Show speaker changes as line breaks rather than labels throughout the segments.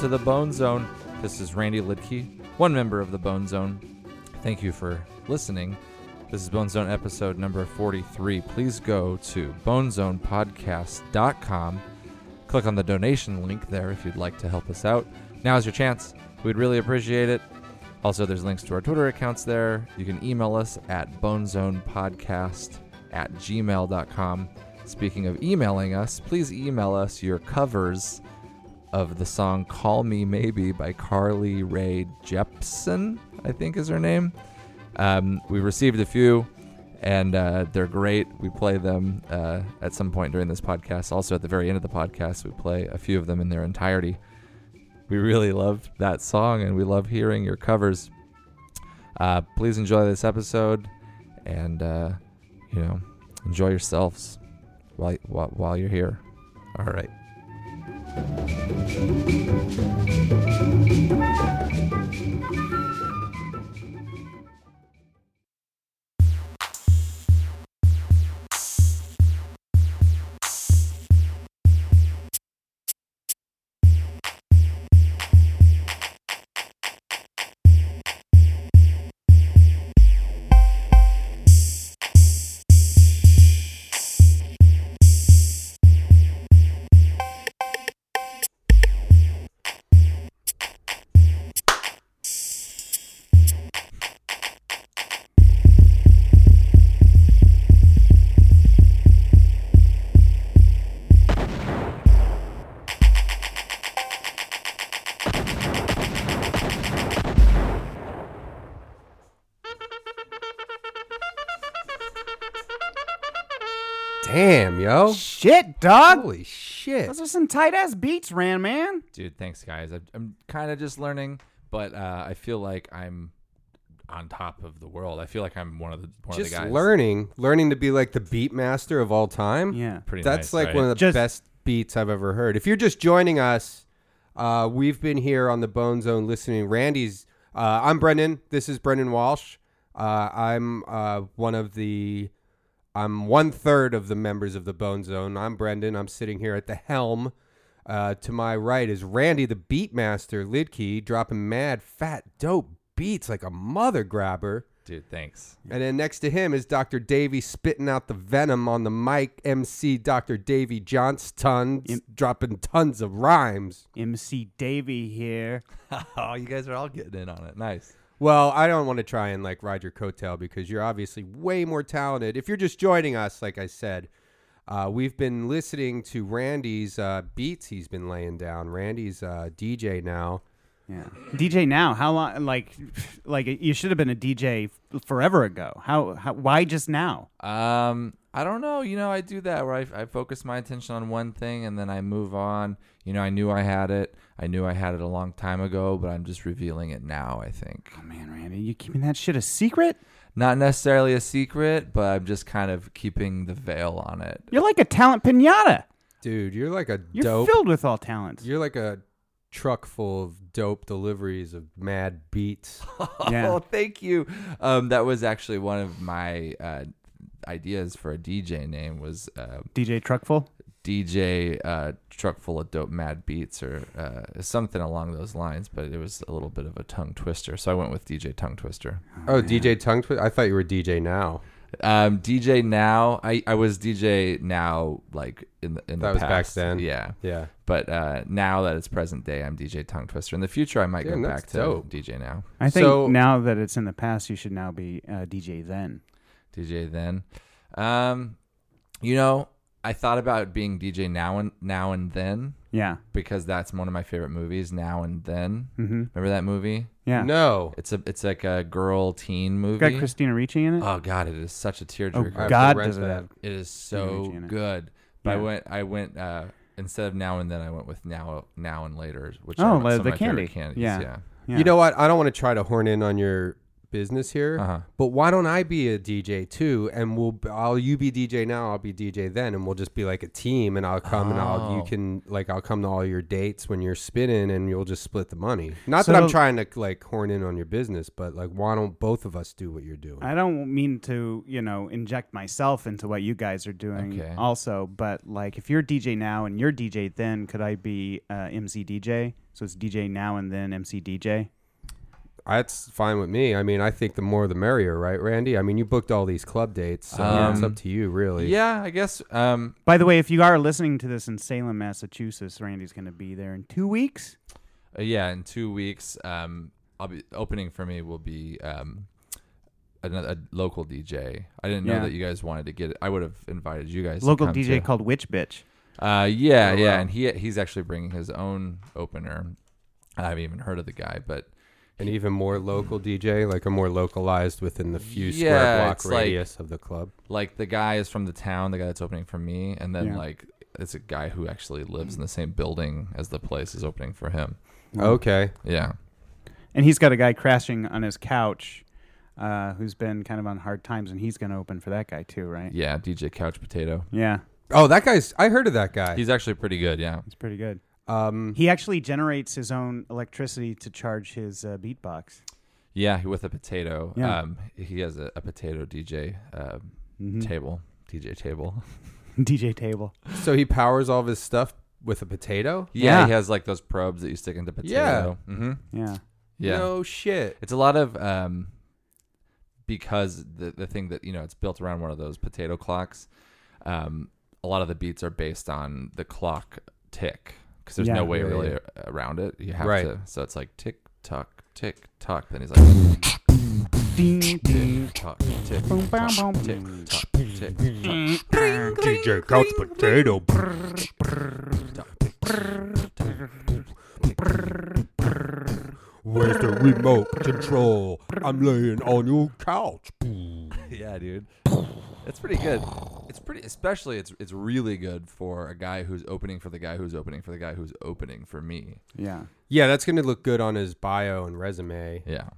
to the Bone Zone. This is Randy Lidke, one member of the Bone Zone. Thank you for listening. This is Bone Zone episode number 43. Please go to bonezonepodcast.com. Click on the donation link there if you'd like to help us out. Now's your chance. We'd really appreciate it. Also, there's links to our Twitter accounts there. You can email us at bonezonepodcast at gmail.com. Speaking of emailing us, please email us your covers of the song Call Me Maybe by Carly Rae Jepsen, I think is her name. Um, we received a few, and uh, they're great. We play them uh, at some point during this podcast. Also, at the very end of the podcast, we play a few of them in their entirety. We really love that song, and we love hearing your covers. Uh, please enjoy this episode, and uh, you know, enjoy yourselves while, while while you're here. All right.
Damn, yo.
Shit, dog.
Holy shit.
Those are some tight ass beats, Ran Man.
Dude, thanks guys. I'm, I'm kind of just learning, but uh, I feel like I'm on top of the world. I feel like I'm one of the one of
Just
the guys.
learning, learning to be like the beat master of all time.
Yeah.
Pretty
That's
nice,
like
right?
one of the
Just-
best beats I've ever heard. If you're just joining us, uh, we've been here on the Bone Zone listening. Randy's, uh, I'm Brendan. This is Brendan Walsh. Uh, I'm uh, one of the, I'm one third of the members of the Bone Zone. I'm Brendan. I'm sitting here at the helm. Uh, to my right is Randy, the Beatmaster Lidkey, dropping mad, fat, dope beats like a mother grabber.
Dude, thanks.
And then next to him is Dr. Davey spitting out the venom on the mic. MC Dr. Davey Johnston s- dropping tons of rhymes.
MC Davey here.
oh, you guys are all getting in on it. Nice.
Well, I don't want to try and like ride your coattail because you're obviously way more talented. If you're just joining us, like I said, uh, we've been listening to Randy's uh, beats he's been laying down. Randy's uh, DJ now.
Yeah. DJ now. How long? Like, like you should have been a DJ f- forever ago. How? how why just now?
Um, I don't know. You know, I do that where I, I focus my attention on one thing and then I move on. You know, I knew I had it. I knew I had it a long time ago, but I'm just revealing it now. I think
Oh man, Randy, you keeping that shit a secret?
not necessarily a secret, but I'm just kind of keeping the veil on it.
You're like a talent pinata.
Dude, you're like a
You're
dope.
filled with all talents.
you're like a truck full of dope deliveries of mad beats.
Yeah.
Oh, thank you. Um, that was actually one of my uh, ideas for a DJ name was uh,
DJ Truckful.
DJ uh, Truck Full of Dope Mad Beats or uh, something along those lines, but it was a little bit of a tongue twister. So I went with DJ Tongue Twister.
Oh, DJ Tongue Twister? I thought you were DJ now.
Um, DJ Now, I, I was DJ Now like in the in
That
the
was back
past.
then.
Yeah.
Yeah.
But uh, now that it's present day, I'm DJ Tongue Twister. In the future, I might
Damn,
go
that's
back to
dope.
DJ Now.
I think
So-
now that it's in the past, you should now be uh, DJ then.
DJ then. Um, you know, I thought about being DJ now and now and then
Yeah.
because that's one of my favorite movies. Now and then,
Mm-hmm.
remember that movie?
Yeah.
No.
It's a it's like a girl teen movie.
Got Christina Ricci in it.
oh god, it is such a
oh
tearjerker.
I have to
God,
rent
does it
that.
have
It is so
Regina.
good. But I
Yeah.
went I went uh, instead of now and then I went with now now and later, which
Oh,
are
like
some
the
of my
candy.
favorite candies.
Yeah.
yeah.
Yeah.
You know what? I don't want to try to horn in on your business here.
Uh-huh.
But why don't I be a DJ too? And we'll I'll you be DJ now, I'll be DJ then, and we'll just be like a team. And I'll come and I'll you
Oh.
can like I'll come to all your dates when you're spinning, and you'll just split the money. Not that
So-
I'm trying to like horn in on your business, but like why don't both of us do what you're doing?
I don't mean to, you know, inject myself into what you guys are doing
Okay.
also, but like if you're DJ now and you're DJ then, could I be uh, MC DJ? So it's DJ now and then MC DJ.
That's fine with me. I mean, I think the more the merrier, right, Randy? I mean, you booked all these club dates, so it's
Um,
up to you, really.
Yeah, I guess. Um,
By the way, if you are listening to this in Salem, Massachusetts, Randy's going to be there in two weeks.
uh, yeah, in two weeks, um, I'll be opening for me will be um, another a local DJ. I didn't
Yeah.
know that you guys wanted to get. it. I would have invited you guys. to
Local
come
DJ
too.
called Witch Bitch.
Uh, yeah,
Oh,
yeah,
wow.
and he he's actually bringing his own opener. I haven't even heard of the guy, but
An even more local DJ, like a more localized within the few
Yeah,
square block
it's like-
radius of the club.
like the guy is from the town, the guy that's opening for me, and then
Yeah.
like it's a guy who actually lives in the same building as the place is opening for him. Oh.
Okay.
Yeah.
And he's got a guy crashing on his couch uh, who's been kind of on hard times, and he's going to open for that guy too, right?
Yeah, DJ Couch Potato.
Yeah,
Oh, that guy's. I heard of that guy.
He's actually pretty good, yeah.
it's pretty good.
um,
He actually generates his own electricity to charge his uh, beatbox.
Yeah, with a potato.
Yeah.
Um he has a, a potato DJ um,
Mhm.
table. DJ table.
DJ table.
so he powers all of his stuff with a potato.
Yeah,
Yeah.
he has like those probes that you stick into potato. Mm-hmm.
Yeah.
Yeah.
No shit.
It's a lot of um, because the the thing that you know it's built around one of those potato clocks. Um, a lot of the beats are based on the clock tick because there's
Yeah.
no way
Yeah,
really
yeah.
around it. You have
Right.
to, so it's like tick tock, tick tock. Then he's like
Ding,
tick tock, tick
boom, bow,
tock,
boom.
tick tock, tick tock.
DJ Couch Potato. Where's the remote control? I'm laying on your couch.
Yeah, dude. It's pretty good. It's pretty, especially it's it's really good for a guy who's opening for the guy who's opening for the guy who's opening for me.
Yeah.
Yeah, that's gonna look good on his bio and resume.
Yeah.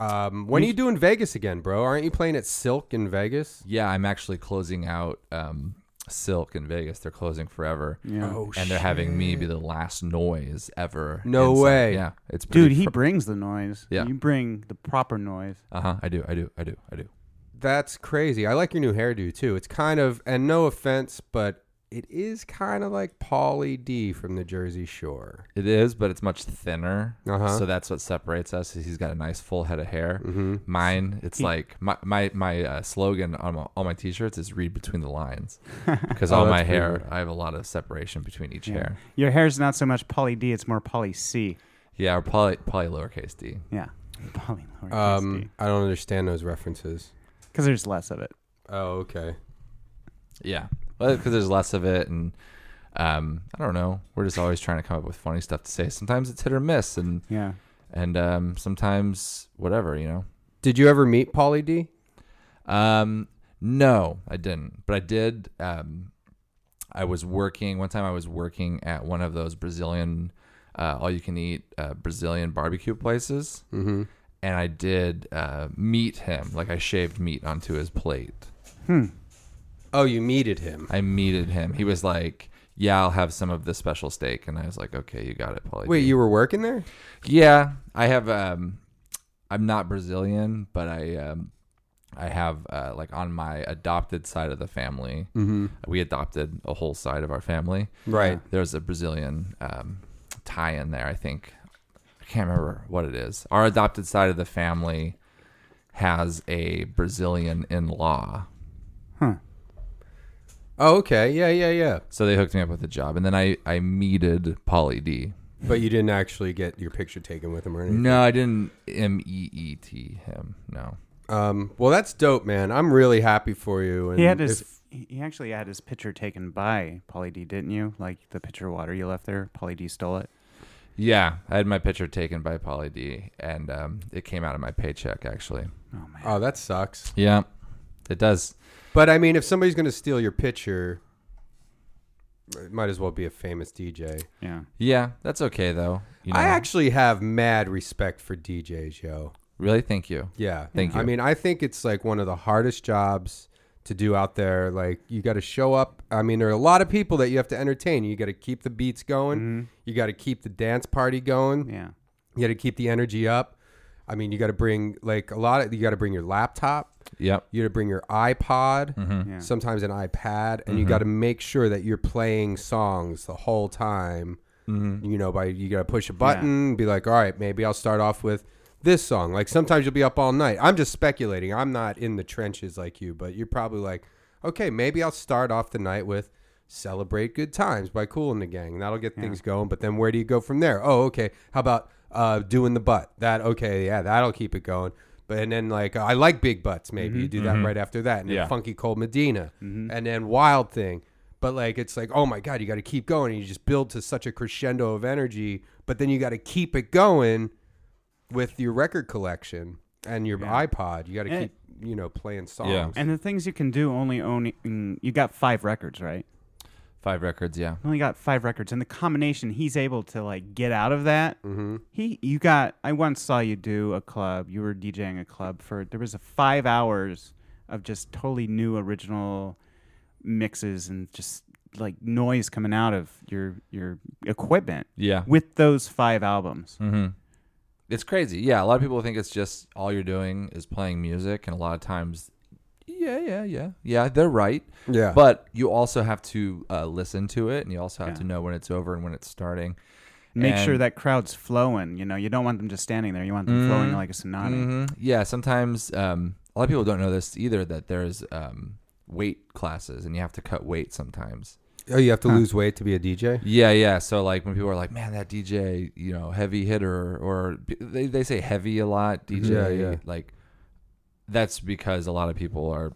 Um, when are you doing Vegas again, bro? Aren't you playing at Silk in Vegas?
Yeah, I'm actually closing out um, Silk in Vegas. They're closing forever.
Yeah.
Oh,
and they're having me be the last noise ever.
No way.
Yeah, it's pretty
Dude, he brings the noise.
Yeah.
You bring the proper noise.
Uh huh. I do. I do. I do. I do.
That's crazy. I like your new hairdo too. It's kind of, and no offense, but it is kind of like Pauly D from the Jersey Shore.
It is, but it's much thinner.
Uh-huh. Mm-hmm.
So that's what separates us. Is he's got a nice full head of hair. Mine, it's like my my my uh, slogan on my, all my t-shirts is "Read between the lines," because
Oh,
all
that's
my hair,
weird.
I have a lot of separation between each
Yeah.
hair.
Your hair's not so much poly D, it's more poly C.
Yeah, or poly poly lowercase d.
Yeah. Poly lowercase
Um, I don't understand those references.
Because there's less of it.
Oh, okay.
Yeah, because there's less of it, and um, I don't know. We're just always trying to come up with funny stuff to say. Sometimes it's hit or miss, and
Yeah.
and um, sometimes whatever, you know.
Did you ever meet Pauly D?
Um, no, I didn't, but I did. Um, I was working one time. I was working at one of those Brazilian, uh, all you can eat uh, Brazilian barbecue places,
Mm-hmm.
and I did uh, meet him. Like I shaved meat onto his plate.
Oh, you meted him.
I meted him. He was like, "Yeah, I'll have some of this special steak," and I was like, "Okay, you got it, Paulie."
Wait,
D."
you were working there?
Yeah, I have. Um, I'm not Brazilian, but I um, I have uh, like on my adopted side of the family,
Mm-hmm.
we adopted a whole side of our family.
Right.
There's a Brazilian um, tie in there. I think I can't remember what it is. Our adopted side of the family has a Brazilian in law.
Oh, okay. Yeah, yeah, yeah.
So they hooked me up with a job, and then I I meted Pauly D.
But you didn't actually get your picture taken with him or anything.
No, I didn't M E E T him. No.
Um, well, that's dope, man. I'm really happy for you. And
He had his.
if-
he actually had his picture taken by Polly D, didn't you? Like the pitcher of water you left there, Polly D stole it.
Yeah, I had my picture taken by Polly D, and um, it came out of my paycheck actually.
Oh man,
oh, that sucks.
Yeah, it does.
But I mean, if somebody's gonna steal your picture, it might as well be a famous DJ.
yeah.
Yeah, that's okay though. You know?
I actually have mad respect for DJs, yo.
Really? Thank you.
Yeah.
Thank
I
you.
mean, I think it's like one of the hardest jobs to do out there. Like you got to show up. I mean, there are a lot of people that you have to entertain. You got to keep the beats going.
Mm-hmm.
You got to keep the dance party going.
Yeah.
You got to keep the energy up. I mean, you got to bring like a lot of you got to bring your laptop.
Yep.
You got to bring your iPod,
Mm-hmm.
Yeah.
sometimes an iPad, and you got to make sure that you're playing songs the whole time. You know, by you got to push a button, be like, all right, maybe I'll start off with this song. Like sometimes you'll be up all night. I'm just speculating. I'm not in the trenches like you, but you're probably like, okay, maybe I'll start off the night with "Celebrate Good Times" by Cool and the Gang. That'll get things going. But then where do you go from there? Oh, okay. How about uh, doing the butt? That okay? Yeah, that'll keep it going. But and then like I like big butts. Maybe you do that right after that, and then
Yeah.
funky cold Medina,
Mm-hmm.
and then Wild Thing. But like it's like oh my god, you got to keep going. And you just build to such a crescendo of energy, but then you got to keep it going with your record collection and your iPod. You got to
And-
keep you know playing songs.
And the things you can do only owning you got five records, right?
Five records. Yeah.
You only got five records, and the combination he's able to like get out of that. Mm-hmm. He, you got. I once saw you do a club. You were DJing a club for there was a five hours of just totally new original mixes and just like noise coming out of your your equipment
Yeah.
with those five albums.
Mm-hmm. It's crazy. Yeah, a lot of people think it's just all you're doing is playing music, and a lot of times, yeah, yeah, yeah, yeah, they're right.
Yeah.
But you also have to uh, listen to it, and you also have
Yeah.
to know when it's over and when it's starting.
Make
And-
sure that crowd's flowing. You know, you don't want them just standing there. You want them flowing like a sonata.
hmm Yeah, sometimes um, a lot of people don't know this either that there's um, weight classes, and you have to cut weight sometimes.
Oh, you have to lose weight to be a DJ.
Yeah, yeah. So like when people are like, "Man, that DJ, you know, heavy hitter," or they they say heavy a lot, DJ.
Yeah, yeah.
Like that's because a lot of people are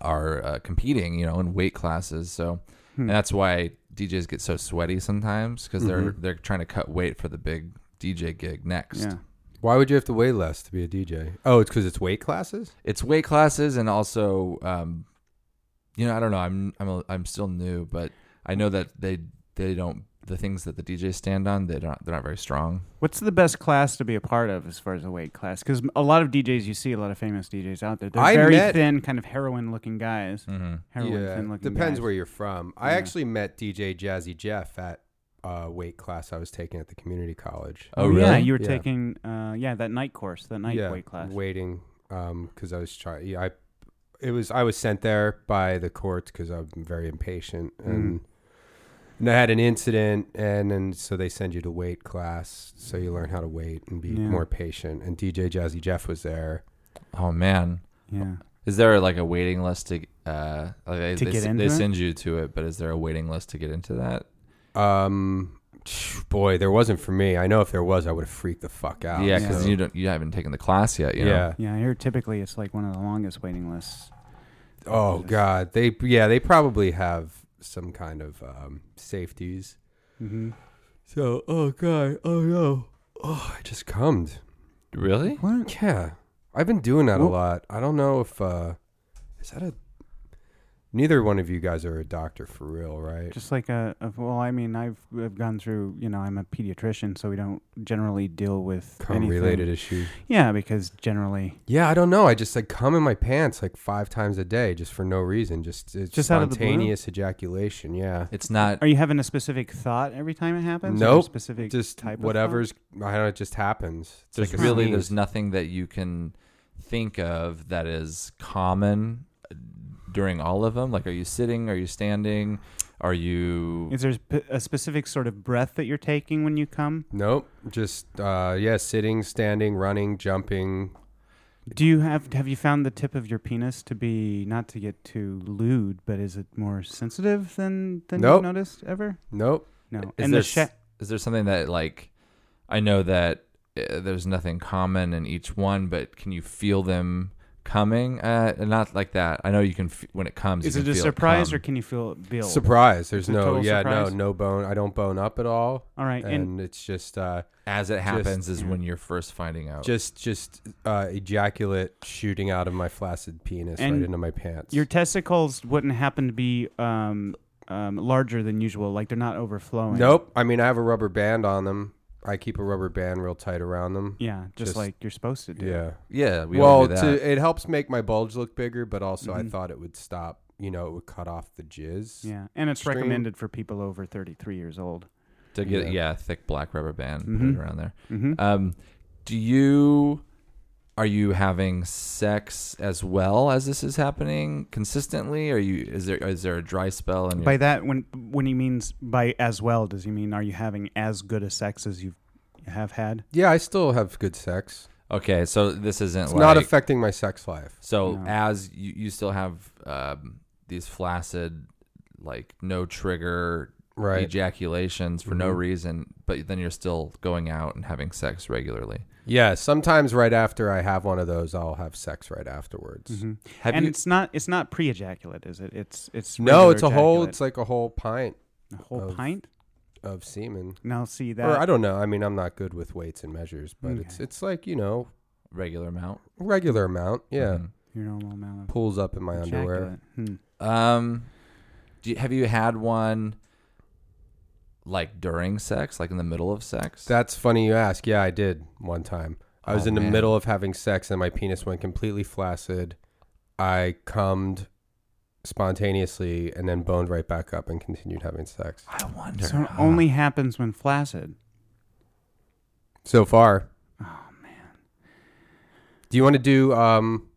are uh, competing, you know, in weight classes. So
Hmm.
and that's why DJs get so sweaty sometimes because they're they're trying to cut weight for the big DJ gig next.
Yeah.
Why would you have to weigh less to be a DJ? Oh, it's because it's weight classes.
It's weight classes and also, um, you know, I don't know. I'm I'm a, I'm still new, but I know that they they don't the things that the DJs stand on they don't they're not very strong.
What's the best class to be a part of as far as a weight class? Because a lot of DJs you see, a lot of famous DJs out there, they're
I
very
met-
thin, kind of heroin looking guys. Heroin thin looking
depends
guys.
where you're from. I actually met DJ Jazzy Jeff at uh, weight class I was taking at the community college.
Oh,
Yeah,
really?
you were
Yeah.
taking uh, yeah that night course, that night weight class.
waiting because I was trying. Yeah, I it was I was sent there by the court because I'm very impatient
Mm.
and. And I had an incident, and then so they send you to weight class, so you learn how to wait and be
Yeah.
more patient. And DJ Jazzy Jeff was there,
Oh man,
Yeah,
is there like a waiting list to uh like they,
To
they,
get
s-
into
they
it?
send you to it, but is there a waiting list to get into that?
Um, boy, there wasn't for me. I know if there was, I would have freaked the fuck out.
yeah, because
So,
you don't you haven't taken the class yet. You know?
Oh, yeah.
yeah. Here, typically, it's like one of the longest waiting lists.
Oh god, they yeah they probably have some kind of um, safeties.
Mm-hmm.
So oh god, oh no, oh I just cummed.
Really?
What?
Yeah, I've been doing that a
Well-
lot. I don't know if uh, is that a. Neither one of you guys are a doctor for real, right?
Just like a, a well, I mean, I've I've gone through. You know, I'm a pediatrician, so we don't generally deal with
Cum
anything.
related issues.
Yeah, because generally,
Yeah, I don't know. I just like cum in my pants like five times a day just for no reason. Just it's
Just out of the blue?
spontaneous ejaculation. Yeah.
It's not.
are you having a specific thought every time it happens? Like a
Nope.
specific
just
type. of thought?
whatever's I don't know, it just happens. It's
There's
like a
really
sneeze.
there's nothing that you can think of that is common uh, during all of them. Like, are you sitting? Are you standing? Are you?
Is there sp- a specific sort of breath that you're taking when you come?
Nope. Just uh yeah, sitting, standing, running, jumping.
Do you have have you found the tip of your penis to be not to get too lewd, but is it more sensitive than than
Nope.
you've noticed ever?
Nope.
No.
Is
and
there
the sha-
s- is there something that like I know that uh, there's nothing common in each one, but can you feel them coming? Uh, not like that. I know you can f- when it comes.
is
you
it
can
a
feel
surprise
come.
or can you feel it build?
Surprise. There's
It's a
no
total
yeah,
surprise?
no, no bone. I don't bone up at all.
All right, and,
And it's just uh
as it happens is
yeah.
when you're first finding
Oh.
out.
just just uh ejaculate shooting out of my flaccid penis
And
right into my pants.
your testicles wouldn't happen to be um, um, larger than usual, like they're not overflowing.
Nope. I mean, I have a rubber band on them. I keep a rubber band real tight around them.
Yeah, just,
Just-
like you're supposed to do.
Yeah.
Yeah, we all
well,
do that.
to, it helps make my bulge look bigger, but also I thought it would stop. You know, it would cut off the jizz.
Mm-hmm. Yeah, and it's
Extreme.
recommended for people over 33 years old.
to get
Yeah.
yeah. thick black rubber band put
Mhm.
it around there.
Mm-hmm.
Um, do you are you having sex as well as this is happening consistently? Are you is there is there a dry spell and
By that, when when he means by as well, does he mean are you having as good a sex as you have had?
Yeah, I still have good sex.
okay? So this isn't
It's
like
not affecting my sex life.
so
No.
as you, you still have um, these flaccid like no trigger
Right.
ejaculations for no
Mhm.
reason, but then you're still going out and having sex regularly.
Yeah. Sometimes right after I have one of those, I'll have sex right afterwards.
Mm-hmm.
Have
and
you
it's not it's not pre-ejaculate, is it? It's it's
No,
regular
it's a whole.
ejaculate.
It's like a whole pint
a whole
of
pint.
of semen.
Now see
or I
that
don't know. I mean, I'm not good with weights and measures, but it's
Okay.
it's like you know
regular amount?
regular amount. Yeah.
Mhm.
your normal amount of
Pulls up in my underwear.
ejaculate. Hmm.
Um, do you, have you had one like during sex, like in the middle of sex?
That's funny you ask. Yeah, I did one time. I was
Oh,
in the
man.
middle of having sex and my penis went completely flaccid. I cummed spontaneously and then boned right back up and continued having sex.
I wonder.
So it
huh?
only happens when flaccid.
So far,
Oh man,
do you want to do um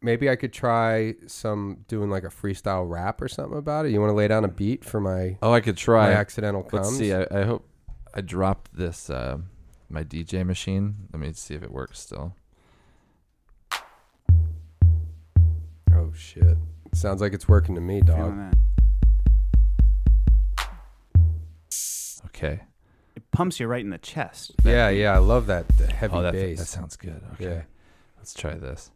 maybe I could try some doing like a freestyle rap or something about it? You want to lay down a beat for my
Oh, I could
my
try.
accidental
Let's
cums?
see. I, I hope I dropped this uh, my DJ machine. Let me see if it works still.
Oh shit. Sounds like it's working to me,
feeling
dog.
that.
Okay.
It pumps you right in the chest.
Yeah, yeah, I love that the heavy
Oh, that,
bass.
that sounds good. Okay.
yeah.
Let's try this.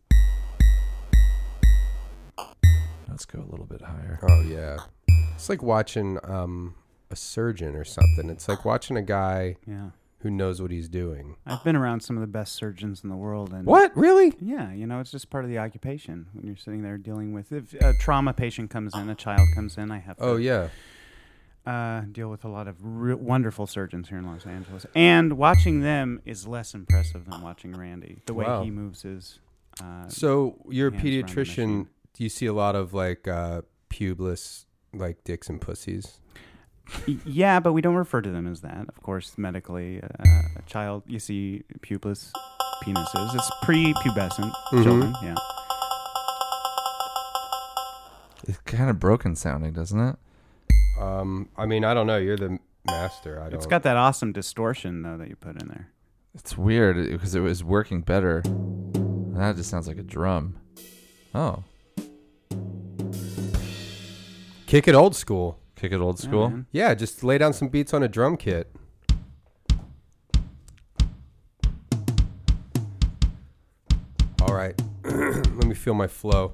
Let's go a little bit higher.
Oh yeah, it's like watching um, a surgeon or something. It's like watching a guy
Yeah,
who knows what he's doing.
I've been around some of the best surgeons in the world, and
What really?
Yeah, you know, it's just part of the occupation when you're sitting there dealing with. If a trauma patient comes in, a child comes in, I have to
Oh yeah,
uh, deal with a lot of re- wonderful surgeons here in Los Angeles. And watching them is less impressive than watching Randy. The way
Wow.
he moves his. Uh,
So you're a
Hands around the
pediatrician.
machine.
Do you see a lot of like uh, pubeless like dicks and pussies?
y- yeah, but we don't refer to them as that. Of course, medically, uh, a child, you see pupilus penises. It's prepubescent
Mm-hmm.
children. Yeah.
It's kind of broken sounding, doesn't it?
Um, I mean, I don't know. You're the master. I don't.
It's got that awesome distortion, though, that you put in there.
It's weird because it was working better. Now it just sounds like a drum. Oh,
kick it old school.
kick it old
Yeah,
school.
man.
Yeah, just lay down some beats on a drum kit. All right, let me feel my flow.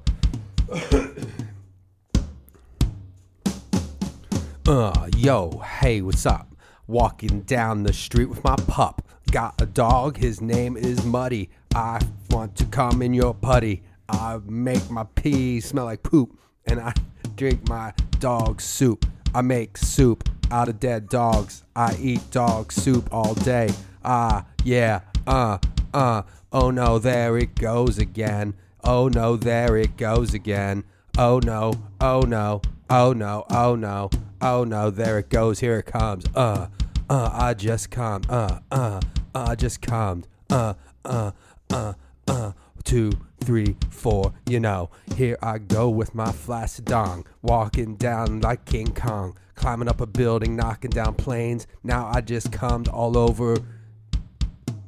Uh, yo, hey, what's up? Walking down the street with my pup. Got a dog, his name is Muddy. I want to come in your putty. I make my pee smell like poop, and I drink my dog soup. I make soup out of dead dogs. I eat dog soup all day. Ah, yeah, uh, uh. Oh no, there it goes again. Oh no, there it goes again. Oh no, oh no, oh no, oh no, oh no, there it goes, here it comes. Uh, uh, I just come, uh, uh, I just come, uh, uh, uh, uh, two, three, four, you know. Here I go with my flaccid dong, walking down like King Kong, climbing up a building, knocking down planes. Now I just cummed all over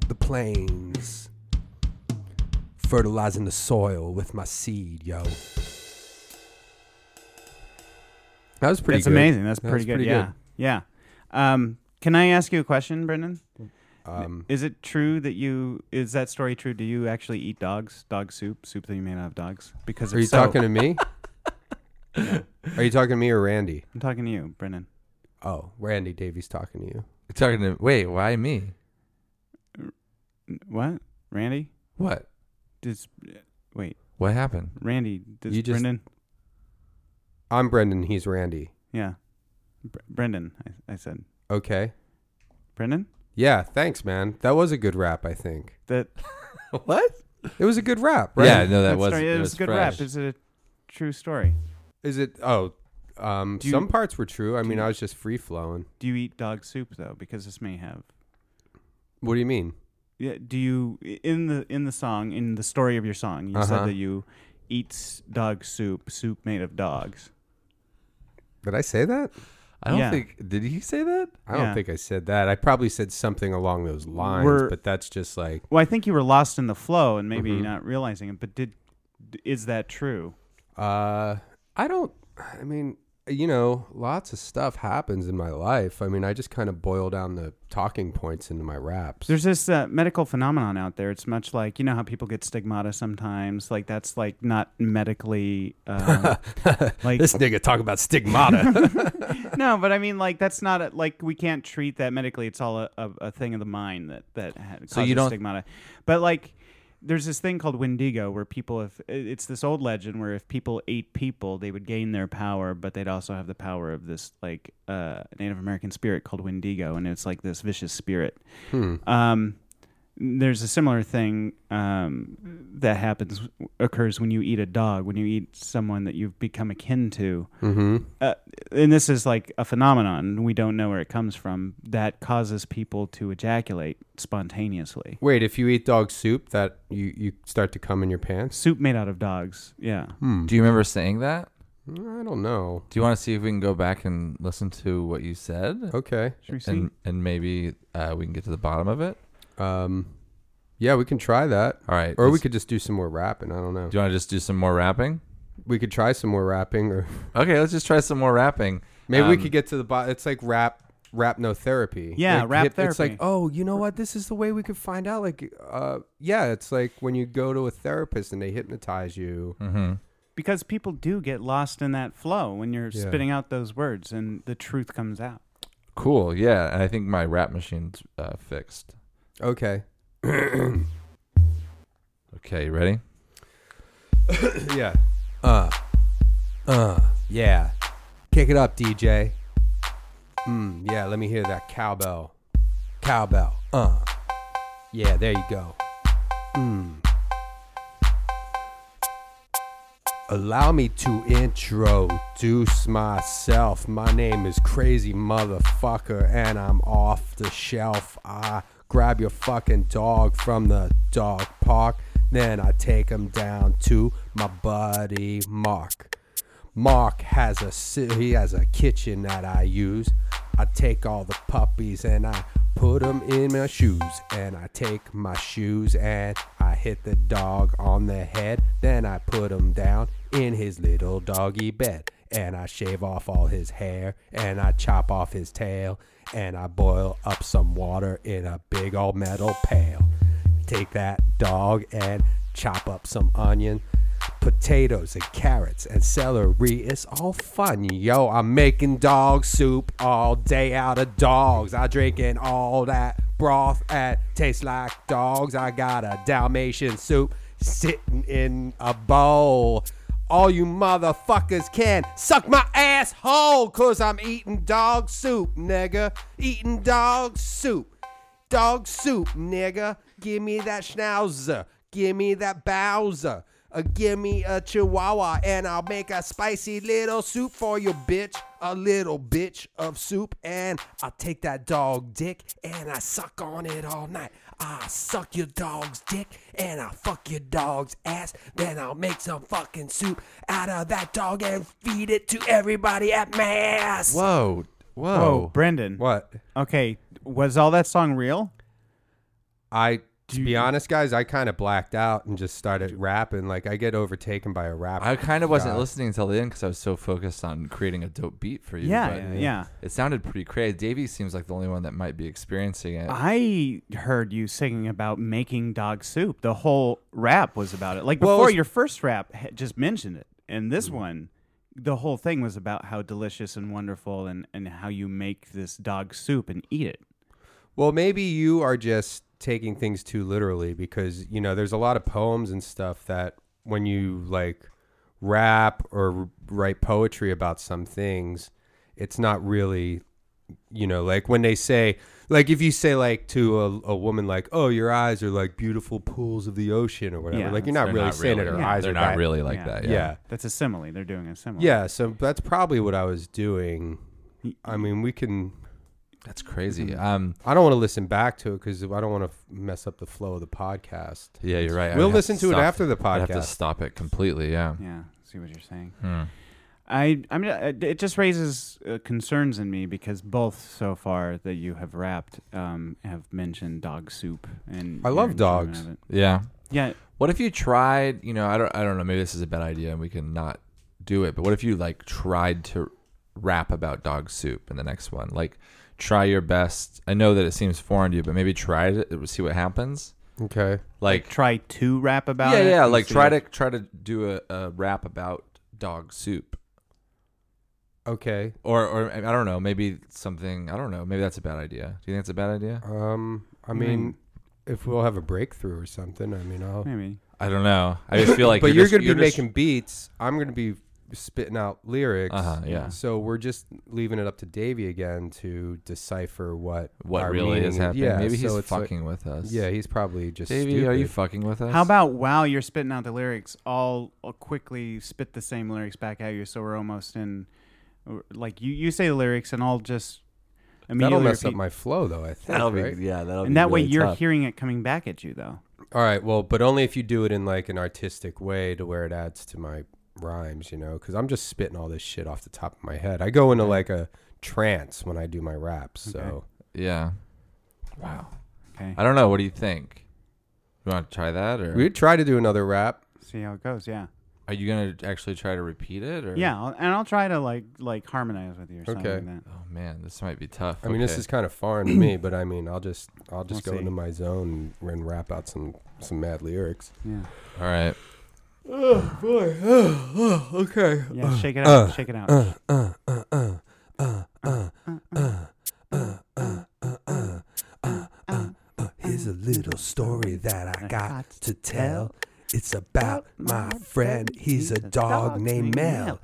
the plains, fertilizing the soil with my seed, yo. That was pretty
That's
good.
amazing. That's
That's
pretty good.
pretty
yeah. Yeah. Um, can I ask you a question, Brendan?
Um,
Is it true that you is that story true? Do you actually eat dogs? Dog soup, soup that you made out of dogs? Because
are
if
you
so,
talking to me? Are you talking to me or Randy?
I'm talking to you, Brendan.
Oh, Randy Davies talking to you.
Talking to wait, why me?
N- What, Randy?
What?
Does wait,
What happened?
Randy? Does
You just-
Brendan?
I'm Brendan. He's Randy.
Yeah, Br- Brendan. I, I said
Okay.
Brendan?
Yeah, thanks, man. That was a good rap, I think.
That
what?
It was a good rap, right?
Yeah, no, that was
story,
it
it
was
a good
fresh.
rap. It's a true story.
Is it? Oh, um,
Do you-
some parts were true. I mean, I was just free flowing.
Do you eat dog soup though? Because this may have.
What do you mean?
Yeah. Do you in the in the song in the story of your song you
Uh-huh.
said that you eat s- dog soup, soup made of dogs.
Did I say that?
I don't
Yeah.
think did he say that?
I don't
Yeah.
think I said that. I probably said something along those lines,
We're-
but that's just like
Well, I think you were lost in the flow and maybe not realizing it. But did is that true?
uh I don't I mean, you know, lots of stuff happens in my life. I mean, I just kind of boil down the talking points into my raps.
There's this uh, medical phenomenon out there. It's much like you know how people get stigmata sometimes. Like that's like not medically. Uh, like
this nigga talk about stigmata.
no, but I mean like that's not a, like we can't treat that medically. It's all a, a, a thing of the mind that that ha- causes
So you don't-
stigmata. But like there's this thing called Wendigo where people if it- it's this old legend where if people ate people they would gain their power, but they'd also have the power of this like uh, Native American spirit called Wendigo, and it's like this vicious spirit.
Hmm.
Um, there's a similar thing um, that happens occurs when you eat a dog, when you eat someone that you've become akin to,
mm-hmm.
uh, and this is like a phenomenon we don't know where it comes from that causes people to ejaculate spontaneously.
Wait, if you eat dog soup, that you you start to come in your pants?
Soup made out of dogs. Yeah,
Hmm.
Do you remember saying that?
I don't know.
Do you want to see if we can go back and listen to what you said?
Okay.
should we see?
And and maybe uh, we can get to the bottom of it.
Um yeah, we can try that.
All right.
Or we
let's-
could just do some more rapping. I don't know.
Do you want to just do some more rapping?
We could try some more rapping or
Okay, let's just try some more rapping.
Maybe we
Um,
could get to the bottom. It's like rap, rap no therapy.
Yeah,
Like,
rap
hip- It's like,
therapy.
oh, you know what? This is the way we could find out. Like, uh, yeah, it's like when you go to a therapist and they hypnotize you.
Mm-hmm.
Because people do get lost in that flow when you're
Yeah.
spitting out those words, and the truth comes out.
Cool. Yeah, and I think my rap machine's uh, fixed.
Okay.
Okay, you ready?
yeah. Uh. Uh. Yeah. Kick it up, DJ. Mm, yeah, let me hear that cowbell. Cowbell. Uh. Yeah, there you go. Mm. Allow me to introduce myself. My name is Crazy Motherfucker, and I'm off the shelf. I grab your fucking dog from the dog park, then I take him down to my buddy Mark. Mark has a si- he has a kitchen that I use. I take all the puppies and I put them in my shoes and I take my shoes and I hit the dog on the head. Then I put him down in his little doggy bed and I shave off all his hair and I chop off his tail and I boil up some water in a big old metal pail. Take that dog and chop up some onion, potatoes and carrots and celery. It's all fun, yo. I'm making dog soup all day out of dogs. I drinking all that broth that tastes like dogs. I got a Dalmatian soup sitting in a bowl. All you motherfuckers can suck my asshole, cause I'm eating dog soup, nigga. Eating dog soup. Dog soup, nigga. Give me that schnauzer. Give me that Bowser. Uh, give me a chihuahua and I'll make a spicy little soup for you, bitch. A little bitch of soup. And I'll take that dog dick and I suck on it all night. I suck your dog's dick and I fuck your dog's ass. Then I'll make some fucking soup out of that dog and feed it to everybody at mass.
Whoa, whoa.
Oh, Brendan.
What?
Okay, was all that song real?
I to be honest, guys, I kind of blacked out and just started rapping. Like I get overtaken by a rap.
I kind of wasn't
God.
listening until the end because I was so focused on creating a dope beat for you.
Yeah,
but
yeah, yeah.
It sounded pretty crazy. Davey seems like the only one that might be experiencing it.
Uh, I heard you singing about making dog soup. The whole rap was about it. Like
Well,
before,
it's-
your first rap ha- just mentioned it, and this one, the whole thing was about how delicious and wonderful, and and how you make this dog soup and eat it.
Well, maybe you are just taking things too literally because you know there's a lot of poems and stuff that when you like rap or write poetry about some things, it's not really you know like when they say like if you say like to a, a woman like oh your eyes are like beautiful pools of the ocean or whatever
Yeah.
like you're not
They're
really saying
really-
it her
Yeah.
eyes
They're
are
not
that-
really like that. Yeah.
yeah
That's a simile. They're doing a simile.
yeah so that's probably what i was doing i mean we can
That's crazy. Um,
i don't want to listen back to it because i don't want to mess up the flow of the podcast
yeah, you're right. I
we'll
would have
listen to it
stop-
after the
I'd have to
podcast
stop it completely. Yeah.
Yeah. See what you're saying.
Hmm.
I, I mean, uh, it just raises uh, concerns in me because both so far that you have rapped um, have mentioned dog soup, and
I
your
love
enjoyment
dogs.
of it.
Yeah.
Yeah,
What if you tried? You know, I don't. I don't know. Maybe this is a bad idea, and we can not do it. But what if you like tried to rap about dog soup in the next one? Like, try your best. I know that it seems foreign to you, but maybe try it. See what happens.
okay
Like,
try to rap about
yeah,
it.
yeah.
and
Like,
see
try
if-
to try to do a, a rap about dog soup,
okay
or or I don't know. Maybe something. I don't know. Maybe that's a bad idea. Do you think it's a bad idea?
um i
Mm-hmm.
Hmm.
mean if we'll have a breakthrough or something i mean i'll
maybe.
I don't know. I just feel like.
but you're,
just-
going to be
just-
making beats. I'm going to be spitting out lyrics.
Uh-huh, yeah.
So we're just leaving it up to Davey again to decipher what
what
our
really
meaning
is happening.
Yeah,
Maybe he's
so it's like-
fucking with us.
yeah, he's probably just.
Davey,
stupid.
are you fucking with us?
How about while you're spitting out the lyrics, all I'll quickly spit the same lyrics back at you, so we're almost in. or, Like you, you say the lyrics, and I'll just
That'll
immediately
mess up
repeat.
my flow, though. I think.
That'll be
right?
yeah. That'll be
and that way
really
you're
tough.
hearing it coming back at you, though.
All right. Well, but only if you do it in like an artistic way to where it adds to my rhymes, you know, because I'm just spitting all this shit off the top of my head. I go into like a trance when I do my raps. So
Okay.
Yeah. Wow.
Okay,
I don't know. What do you think? You want to try that, or
we try to do another rap.
see how it goes. Yeah,
are you gonna actually try to repeat it? Or
yeah, I'll, and I'll try to like like harmonize with you or something
Okay.
like that.
Oh man, this might be tough.
I mean, this
Okay.
is kind of foreign to me, but I mean, I'll just I'll just
We'll
go
see.
into my zone and, and rap out some some mad lyrics.
Yeah,
all right.
Oh boy. Oh, okay.
yeah,
Uh,
shake it out, shake it out.
Here's a little story that I got to tell. It's about my friend. He's a dog named Mel.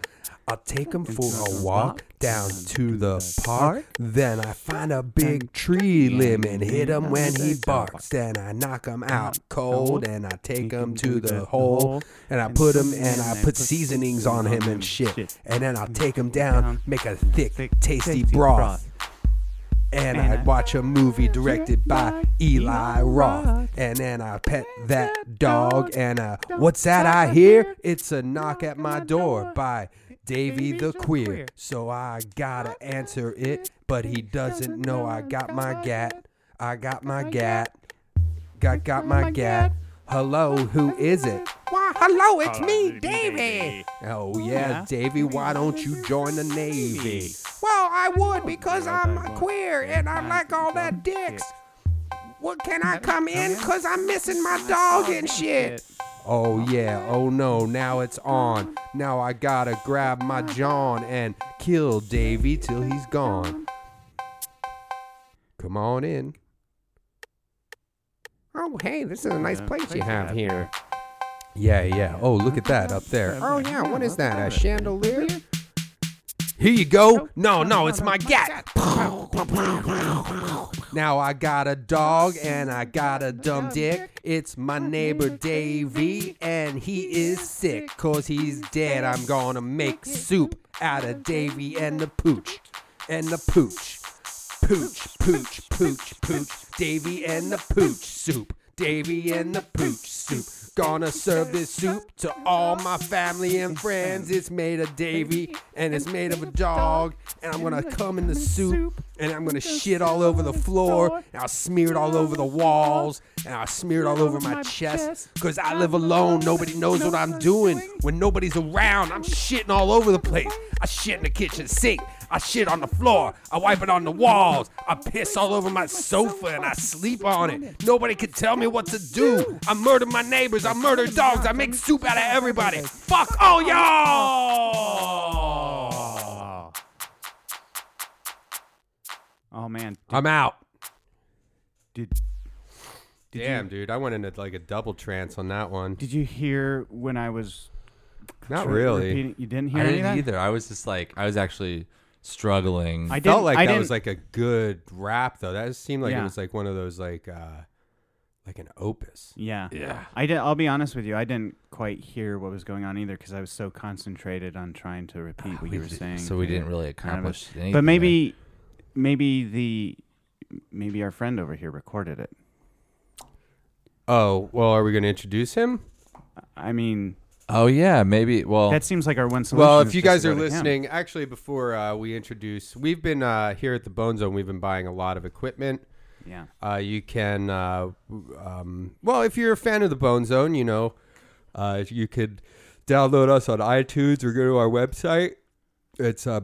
I'll take him for a walk down to the park. Then I find a big tree limb and hit him when he barks. Then I knock him out cold and I take him to the hole. And I put him and I put seasonings on him and shit. And then I'll take him down, make a thick, tasty broth. And I watch a movie directed by Eli Roth. And then I pet that dog. And uh, what's that I hear? It's a knock at my door by Davy the Queer. So I gotta answer it, but he doesn't know I got my gat. I got my gat. Got got my gat. Hello, who is it? Why, hello, it's me, Davy. Oh yeah,
Yeah.
Davy, why don't you join the Navy?
Well, I would because I'm queer and I like all that dicks. What can I come in? Cause I'm missing my dog and shit.
Oh yeah, oh no, now it's on. Now I gotta grab my John and kill Davy till he's gone. Come on in.
Oh hey, this is a nice place you have here.
Yeah, yeah. Oh, look at that up there.
Oh yeah, what is that? A chandelier?
Here you go. No, no, it's my gat.
Gat.
Now I got a dog and I got a dumb dick. It's my neighbor Davy and he is sick cause he's dead. I'm gonna make soup out of Davy and the pooch and the pooch. Pooch, pooch, pooch, pooch. Davy and the pooch soup. Davy and the pooch soup. Gonna serve this soup to all my family and friends. It's made of Davy and it's made of a dog. And I'm gonna come in the soup and I'm gonna shit all over the floor. And I'll smear it all over the walls and I'll smear it all over my chest. Cause I live alone. Nobody knows what I'm doing. When nobody's around, I'm shitting all over the place. I shit in the kitchen sink. I shit on the floor. I wipe it on the walls. I piss all over my sofa and I sleep on it. Nobody can tell me what to do. I murder my neighbors. I murder dogs. I make soup out of everybody. Fuck all y'all.
Oh man,
I'm out.
did did
Damn,
you,
dude. I went into like a double trance on that one.
did you hear when I was
Not
tr-
really.
repeating- You didn't hear
I
any of
didn't
that?
either. I was just like, I was actually struggling.
I
felt
didn't.
like
I
that
didn't,
was like a good rap though. That seemed like it
Yeah.
was like one of those like uh like an opus.
Yeah.
Yeah.
I did, I'll be honest with you. I didn't quite hear what was going on either because I was so concentrated on trying to
Ah,
repeat what you were saying.
so we
that
didn't really
I kind of was-
accomplish anything.
But maybe, maybe the, maybe our friend over here recorded it.
Oh, well, are we going to introduce him?
I mean,
Oh yeah, maybe. Well,
that seems like our one solution.
Well,
is
if you
just
guys
to
are
go to him.
listening, actually, before uh, we introduce, we've been uh, here at the Bone Zone. We've been buying a lot of equipment.
yeah,
Uh, you can, uh, w- um, well, if you're a fan of the Bone Zone, you know, uh, you could download us on iTunes or go to our website. It's uh,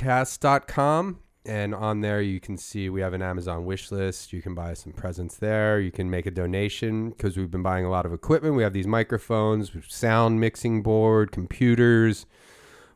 bonezonepodcast.com. And on there, you can see we have an Amazon wish list. You can buy some presents there. You can make a donation because we've been buying a lot of equipment. We have these microphones, sound mixing board, computers,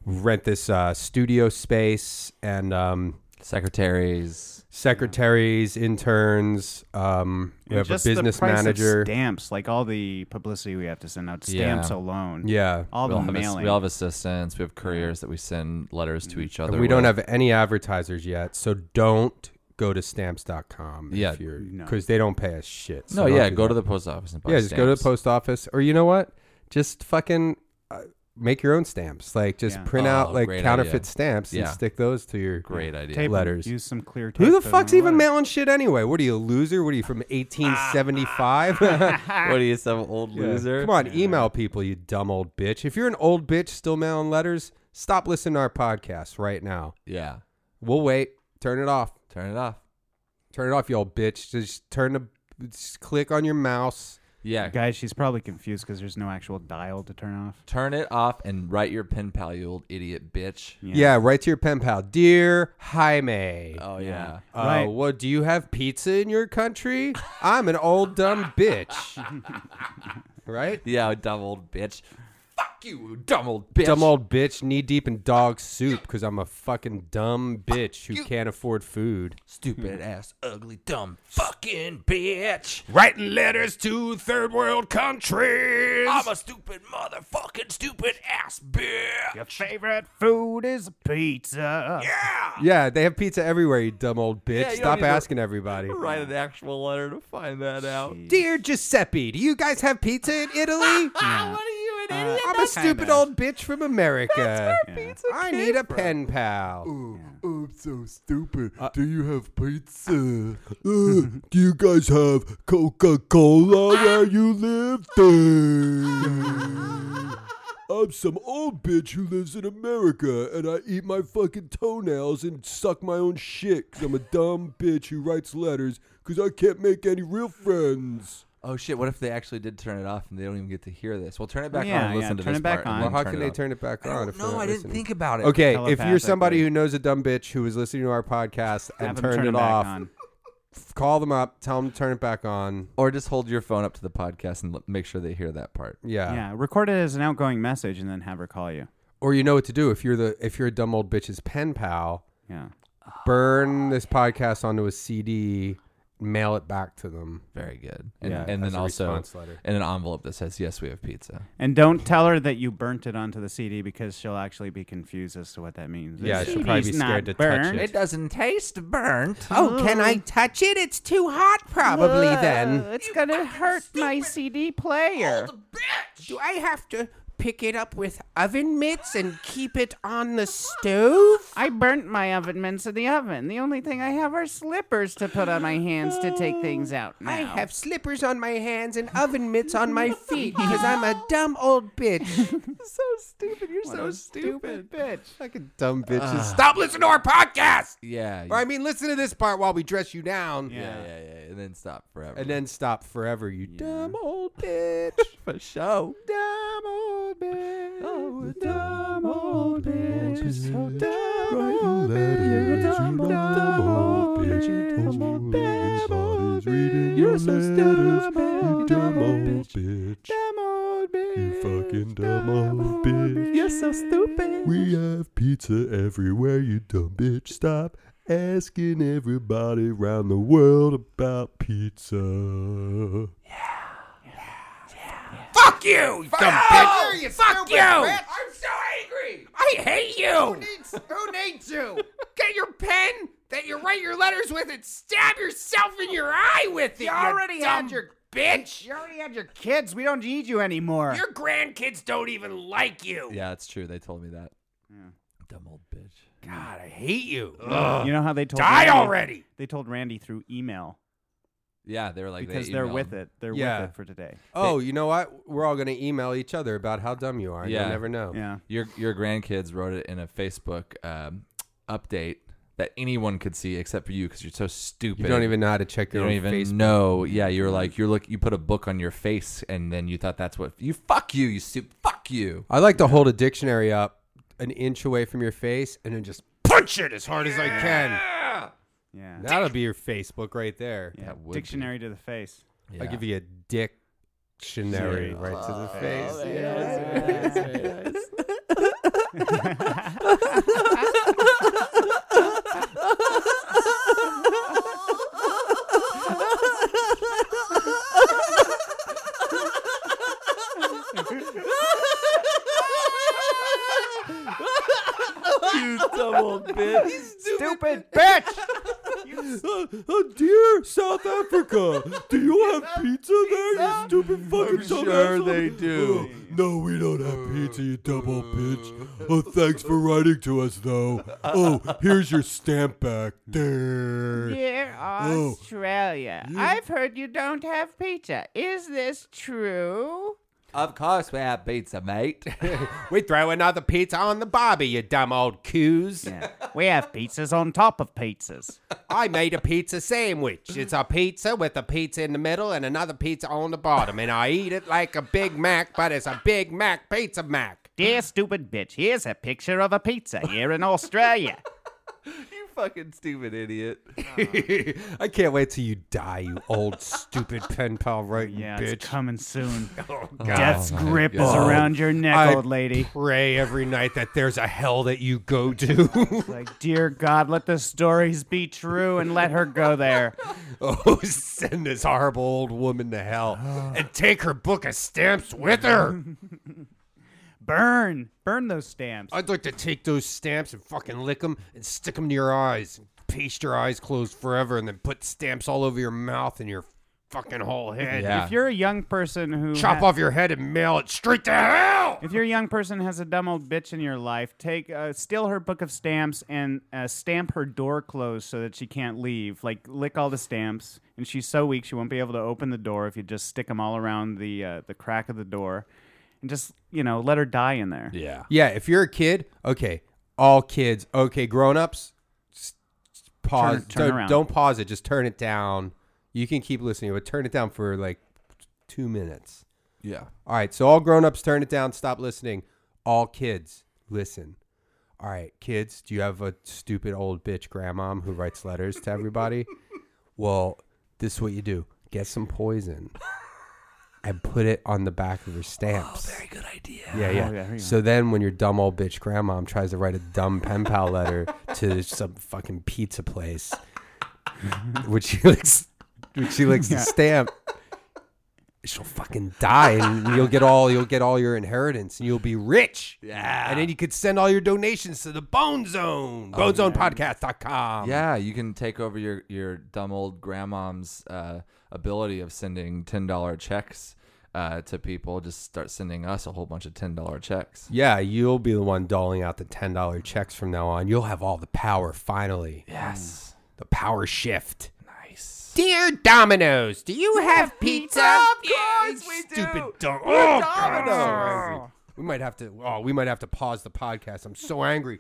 rent this uh, studio space, and um,
secretaries.
secretaries, interns. Um, we
And
have a
just the
business
price of
manager.
stamps, like all the publicity we have to send out,
Yeah.
stamps alone,
Yeah.
all
we all
the
have ass-
mailing. Mm-hmm.
we all have assistants. We have couriers that we send letters to each other.
And we don't
with.
have any advertisers yet, so don't go to stamps.com
Yeah.
if you're
No.
because they don't pay us shit. so
No,
don't
yeah,
do
go to
that.
the post office and buy
Yeah, just go to the
stamps.
post office or you know what? Just fucking uh, make your own stamps. Like just
Yeah.
print
Oh,
out like
great
counterfeit
idea.
stamps
Yeah.
and stick those to your
Great idea.
Tape 'em.
letters.
Use some clear tape.
Who the
put 'em
fuck's
on
even
letters.
mailing shit anyway? What are you, a loser? What are you from 1875?
what are you, some old loser?
Come on, email people, you dumb old bitch. If you're an old bitch still mailing letters, stop listening to our podcast right now.
Yeah,
We'll wait. Turn it off.
turn it off.
Turn it off, you old bitch. Just turn the just click on your mouse.
Yeah,
Guys, she's probably confused because there's no actual dial to turn off.
turn it off and write your pen pal, you old idiot bitch.
Yeah, right to your pen pal. Dear Jaime.
Oh yeah.
Uh,
Right.
What do you have pizza in your country? I'm an old dumb bitch. right?
Yeah, dumb old bitch. Fuck you, dumb old bitch.
Dumb old bitch knee deep in dog soup because I'm a fucking dumb bitch who can't afford food.
stupid ass, ugly, dumb fucking bitch.
Writing letters to third world countries.
I'm a stupid motherfucking stupid ass bitch.
Your favorite food is pizza.
Yeah, they have pizza everywhere, you dumb old bitch.
Yeah, you don't
Stop
need to
asking everybody.
Write an actual letter to find that out.
Dear Giuseppe, do you guys have pizza in Italy?
What are you an idiot?
I'm a stupid old bitch from America. I need a pen pal.
I'm so stupid. do you have pizza? Uh, do you guys have Coca Cola where you live? There? I'm some old bitch who lives in America and I eat my fucking toenails and suck my own shit because I'm a dumb bitch who writes letters because I can't make any real friends.
Oh shit! What if they actually did turn it off and they don't even get to hear this? Well, turn it back
Yeah,
on and
yeah,
listen to
turn
this
it back
part and
on.
then
Well, how
turn
can
it
they
off.
turn it back on? if they're
No,
not
I didn't
listening?
think about it.
Okay, if you're somebody
Telepathically.
who knows a dumb bitch who is listening to our podcast and
Have 'em
turned
turn
it,
back
off,
on.
call them up, tell them to turn it back on.
or just hold your phone up to the podcast and l- make sure they hear that part.
Yeah.
Yeah, record it as an outgoing message and then have her call you.
Or you know what to do if you're the if you're a dumb old bitch's pen pal,
Yeah.
burn this podcast onto a CD, mail it back to them.
Very good. And,
Yeah,
and then
as a
also
response letter.
in an envelope that says, "Yes, we have pizza."
And don't tell her that you burnt it onto the CD because she'll actually be confused as to what that means. The
Yeah, she'll probably be
CD's not
scared to touch
burnt.
it.
doesn't taste burnt.
Oh, can I touch it? It's too hot, probably. then
It's going to hurt my CD player.
do I have to pick it up with oven mitts and keep it on the stove?
I burnt my oven mints in the oven. The only thing I have are slippers to put on my hands to take things out now.
I have slippers on my hands and oven mitts on my feet because I'm a dumb old bitch.
so stupid. You're so
stupid bitch. Ah.
Fucking dumb bitches.
Stop listening to our podcast.
Yeah.
Or I mean, listen to this part while we dress you down.
yeah, yeah, yeah. And then stop forever.
And then stop forever, you dumb old bitch.
for show.
dumb old bitch.
Oh,
dumb old bitch.
So
dumb old bitch.
Dumb old bitch. Dumb old bitch. Everybody's reading your letters. You dumb old bitch.
Dumb old bitch.
You fucking dumb old bitch.
You're so stupid.
We have pizza everywhere, you dumb bitch. Stop asking everybody around the world about pizza.
Fuck you, you dumb bitch. Fuck you. I'm so angry. I hate you.
needs, who needs you?
Get your pen that you write your letters with and stab yourself in your eye with it. You,
already had
dumb
your-
bitch.
You already had your
Kids, we don't need you anymore.
Your grandkids don't even like you.
Yeah, it's true. They told me that. Dumb old bitch.
God, I hate you.
you know how they told
Die
Randy,
already.
They told Randy through email
Yeah, they were like
because
they
they are
emailed
with
him.
it. They're
Yeah.
with it for today.
Oh, you know what? We're all going to email each other about how dumb you are.
Yeah.
You'll never know.
Yeah.
Your your grandkids wrote it in a Facebook um, update that anyone could see except for you because you're so stupid.
You don't even know how to check
You
your
don't
own
even
Facebook.
know. Yeah, you were like you're look. You put a book on your face, and then you thought that's what you. Fuck you. You soup. Fuck you.
I like to hold a dictionary up an inch away from your face and then just punch it as hard as I can.
Yeah.
That'll be your Facebook right there.
yeah.
That would be-
Dictionary to the face.
I'll give you a dictionary
Sorry.
right to the face.
Stupid bitch.
Oh dear, South Africa, do you have pizza there? You stupid fucking I'm sure they do.
Oh, No, we don't have pizza, you double bitch. Oh, thanks for writing to us, though. Oh, here's your stamp back. There.
Dear Australia, I've heard you don't have pizza. Is this true?
Of course, we have pizza, mate.
We throw another pizza on the barbie, you dumb old coos.
Yeah. We have pizzas on top of pizzas.
I made a pizza sandwich. It's a pizza with a pizza in the middle and another pizza on the bottom, and I eat it like a Big Mac, but it's a Big Mac pizza Mac.
Dear stupid bitch, here's a picture of a pizza here in Australia.
you fucking stupid idiot.
Uh-huh.
I can't wait till you die, you old stupid pen pal writing
Yeah,
bitch.
it's coming soon.
God.
Death's grip is
Oh, God.
around your neck,
I-
old lady.
Pray every night that there's a hell that you go to.
Like, dear God, let the stories be true and let her go there.
oh, send this horrible old woman to hell and take her book of stamps with her.
Burn, burn those stamps.
I'd like to take those stamps and fucking lick them and stick them to your eyes, and paste your eyes closed forever, and then put stamps all over your mouth and your fucking whole head.
Yeah.
If you're a young person who
Chop
ha-
off your head and mail it straight to hell.
If you're a young person who has a dumb old bitch in your life, take uh, steal her book of stamps and uh, stamp her door closed so that she can't leave. Like lick all the stamps, and she's so weak she won't be able to open the door if you just stick them all around the uh, the crack of the door, and just you know let her die in there.
Yeah.
Yeah, if you're a kid, okay, all kids, okay, grown ups, pause.
Turn- turn
don't,
around.
don't pause it. Just turn it down. You can keep listening, but turn it down for like two minutes.
Yeah.
All right, so all grown ups, turn it down. Stop listening. All kids, listen. All right, kids, do you have a stupid old bitch grandmom who writes letters to everybody? well, this is what you do: get some poison and put it on the back of her stamps.
Oh, Good idea.
Yeah, yeah.
Oh, yeah, here you
so then when your dumb old bitch grandmom tries to write a dumb pen pal letter to some fucking pizza place, which she licks, which she licks the stamp, she'll fucking die, and you'll get all you'll get all your inheritance, and you'll be rich.
Yeah.
And then you could send all your donations to the Bone Zone, bonezonepodcast.com.
Yeah, you can take over your your dumb old grandmom's uh, ability of sending ten dollar checks uh, to people. Just start sending us a whole bunch of ten dollar checks.
Yeah, you'll be the one doling out the ten dollar checks from now on. You'll have all the power finally. Mm.
Yes,
The power shift.
nice.
Dear Domino's, do you have
Pizza. Of course we
stupid dom- oh, God, I'm so angry. We might have to. Oh, we might have to pause the podcast. I'm so angry.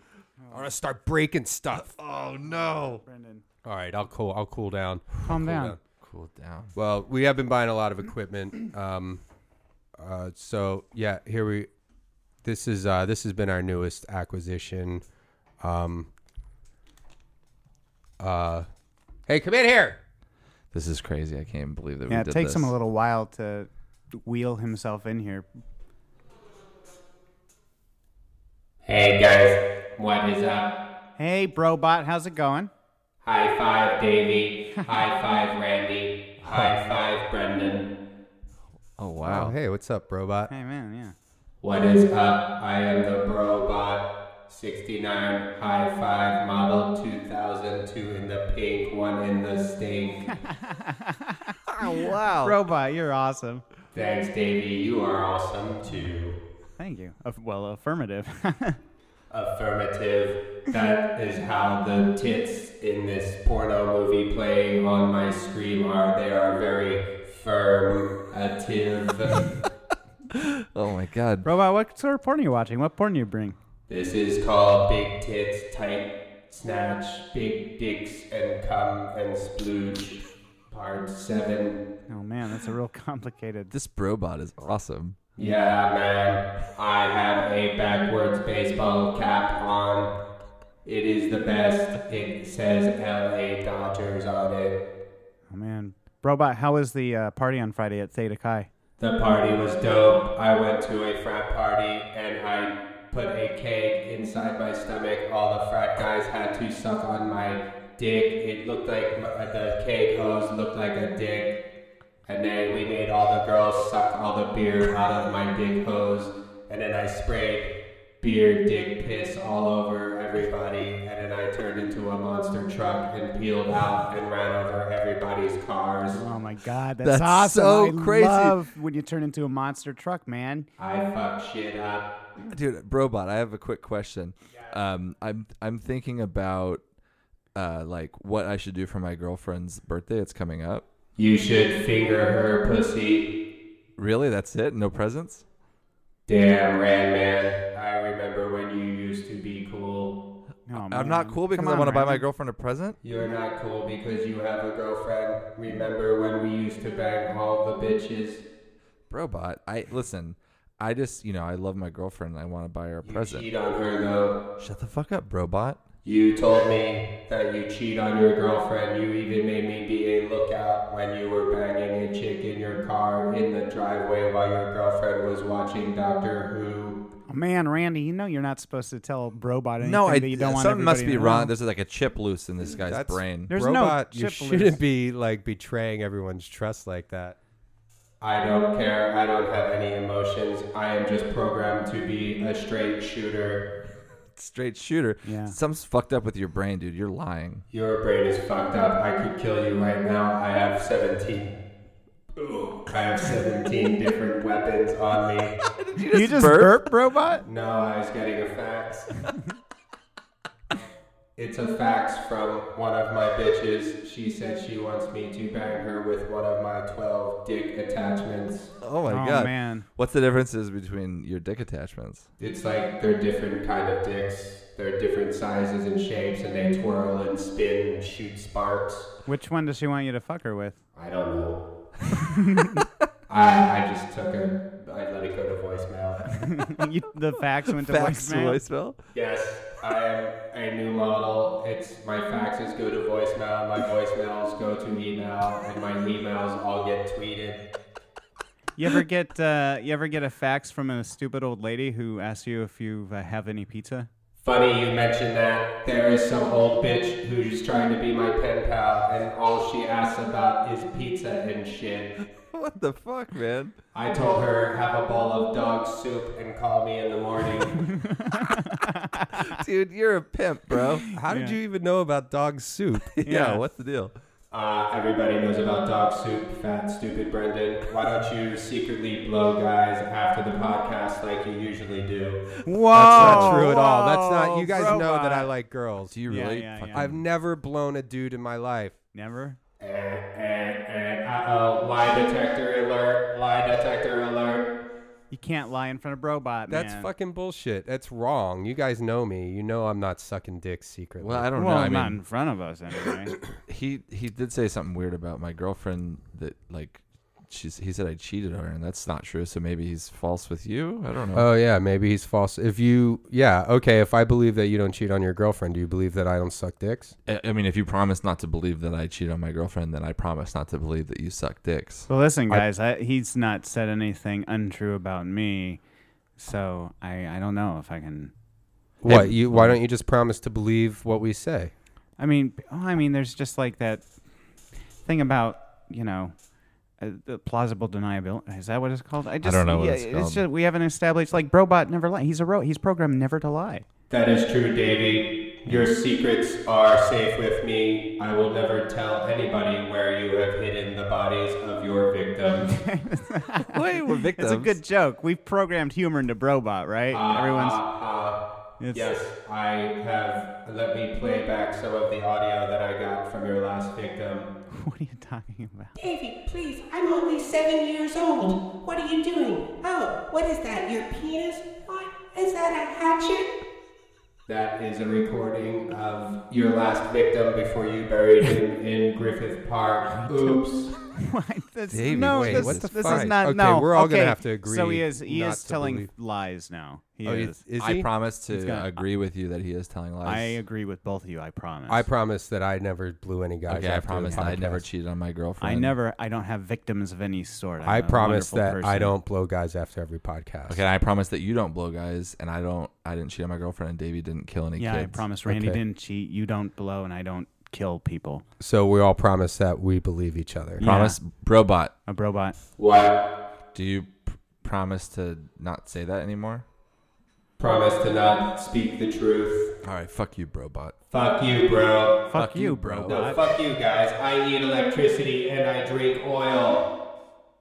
I want to start breaking stuff. Oh no!
Brendan,
All right, I'll cool. I'll cool down.
calm down.
down.
Cool down.
Well, we have been buying a lot of equipment. Um, uh, so yeah, here we. This is uh, this has been our newest acquisition. Um. Uh, hey, come in here.
This is crazy. I can't even believe that
Yeah,
we
it
did
takes
this.
him a little while to wheel himself in here.
Hey guys, what is up?
Hey, Brobot, how's it going?
High five, Davey. High five, Randy. High five, Brendan.
Oh wow.
hey, what's up, robot?
Hey, man, yeah.
What is up? I am the bro bot.
69, high five, model 2002 in the pink, one in the stink.
Wow.
Robot, you're awesome.
Thanks, Davey. You are awesome too.
Thank you. Aff- well, affirmative.
Affirmative. That is how the tits in this porno movie playing on my screen are. They are very firmative.
Oh my god.
Robot, what sort of porn are you watching? What porn you bring?
this is called Big Tits, Tight Snatch, Big Dicks and Cum and Splooge, Part 7.
Oh man, that's a real complicated.
This brobot is awesome.
Yeah, man. I have a backwards baseball cap on. It is the best. It says LA Dodgers on it.
Oh man, Robot, how was the uh, party on Friday at Theta Chi?
The party was dope. I went to a frat party and I put a cake inside my stomach. All the frat guys had to suck on my dick. It looked like my, the cake hose looked like a dick. And then we made all the girls suck all the beer out of my dick hose. And then I sprayed beer dick piss all over everybody. And then I turned into a monster truck and peeled out and ran over everybody's cars.
Oh my god, that's,
That's
awesome.
so
I
crazy.
love when you turn into a monster truck, man.
I fuck shit up.
Dude, brobot, I have a quick question. Um I'm I'm thinking about uh like what I should do for my girlfriend's birthday. It's coming up.
You should finger her pussy.
Really? That's it? No presents?
Damn, Ran Man. I remember when you used to be cool.
Oh,
I'm
man.
not cool because
Come
I
on,
want to buy my
Brandon.
girlfriend a present.
You're not cool because you have a girlfriend. Remember when we used to bang all the bitches?
Brobot, I listen. I just, you know, I love my girlfriend. and I want to buy her a
You
present.
cheat on her though.
Shut the fuck up, Brobot.
You told me that you cheat on your girlfriend. You even made me be a lookout when you were banging a chick in your car in the driveway while your girlfriend was watching Doctor Who.
Oh, man, Randy, you know you're not supposed to tell Robot anything
No, I.
that you don't want
something must
everybody
be
to
wrong.
know.
There's like a chip loose in this guy's
That's-
brain.
There's
Robot,
no
you
chip
shouldn't
loose.
be like betraying everyone's trust like that.
I don't care. I don't have any emotions. I am just programmed to be a straight shooter.
Straight shooter.
Yeah.
Something's fucked up with your brain, dude. You're lying.
Your brain is fucked up. I could kill you right now. I have 17. Ooh, I have 17 different weapons on me.
You just
burp?
burp, Robot?
No, I was getting a fax. it's a fax from one of my bitches. She said she wants me to bang her with one of my 12 dick attachments.
Oh my
Oh,
god.
man.
What's the differences between your dick attachments?
It's like they're different kind of dicks. They're different sizes and shapes, and they twirl and spin and shoot sparks.
Which one does she want you to fuck her with?
I don't know. I, I just took a. I let it go to voicemail.
you, the fax went to
Fax to
voicemail.
voicemail?
Yes, I am a new model. It's my faxes go to voicemail, my voicemails go to email, and my emails all get tweeted.
You ever get uh, you ever get a fax from a stupid old lady who asks you if you uh, have any pizza?
Funny you mentioned that. There is some old bitch who's trying to be my pen pal, and all she asks about is pizza and shit.
What the fuck, man?
I told her have a bowl of dog soup and call me in the morning.
Dude, you're a pimp, bro.
How did you even know about dog soup?
yeah.
Yeah.
what's the deal?
uh, everybody knows about dog soup, fat stupid Brendan. Why don't you secretly blow guys after the podcast like you usually do?
Whoa,
That's not true at all. That's
Oh,
not. You guys know that I like girls.
Do you
Yeah,
really?
yeah,
fucking-
yeah.
I've never blown a dude in my life.
never.
Eh, eh, eh, uh-oh, lie detector alert, lie detector alert.
You can't lie in front of robot.
That's
man.
fucking bullshit. That's wrong. You guys know me. You know I'm not sucking dicks secretly.
Well, I don't
Well,
know. I
not
mean,
in front of us anyway.
he he did say something weird about my girlfriend that like she's he said I cheated on her and that's not true. So maybe he's false with you. I don't know.
Uh,
Oh yeah, maybe he's false. If you, yeah, okay. If I believe that you don't cheat on your girlfriend, do you believe that I don't suck dicks?
I, I mean, if you promise not to believe that I cheat on my girlfriend, then I promise not to believe that you suck dicks.
well, listen, guys, I, he's not said anything untrue about me, so I I don't know if I can.
What you? Why don't you just promise to believe what we say?
I mean, oh, I mean, there's just like that thing about you know. Uh, the plausible deniability is that what it's called? I, just,
don't know what
yeah,
it's called.
just we haven't established like Brobot never lie. He's a ro- he's programmed never to lie.
That is true, Davy. Your secrets are safe with me. I will never tell anybody where you have hidden the bodies of your victims.
Wait, we're victims.
It's a good joke. We've programmed humor into Brobot, right? Everyone's. It's,
Uh-huh. Yes, I have. Let me play back some of the audio that I got from your last victim.
What are you talking about?
Davy, please, I'm only seven years old. What are you doing? Oh, what is that? Your penis? What? Is that a hatchet?
That is a recording of your last victim before you buried him in Griffith Park. Oops.
What? That's,
Davey,
no,
wait,
this,
what the
this is
fuck?
not.
Okay,
no,
we're all
okay.
gonna have to agree
So he is. He
not
is
to
telling
believe.
lies now. He
Oh,
is.
is
I
he?
promise to
gonna-
agree with you that he is telling lies.
I agree with both of you. I promise.
I promise that I never blew any guys.
okay, I
after the
promise that I never
podcast.
cheated on my girlfriend.
I never. I don't have victims of any sort. I'm
I
a
promise
wonderful
that I
person.
don't blow guys after every podcast.
Okay, I promise that you don't blow guys, and I don't. I didn't cheat on my girlfriend, and Davey didn't kill any
Yeah,
kids.
I promise. Randy
Okay.
didn't cheat. You don't blow, and I don't kill people.
So we all promise that we believe each other.
Yeah.
Promise, Brobot.
A robot.
What?
Do you pr- promise to not say that anymore?
Promise to not speak the truth.
All right, fuck you, Brobot.
Fuck you, bro.
Fuck, you,
you,
bro.
bro.
No, fuck you guys. I eat electricity and I drink oil.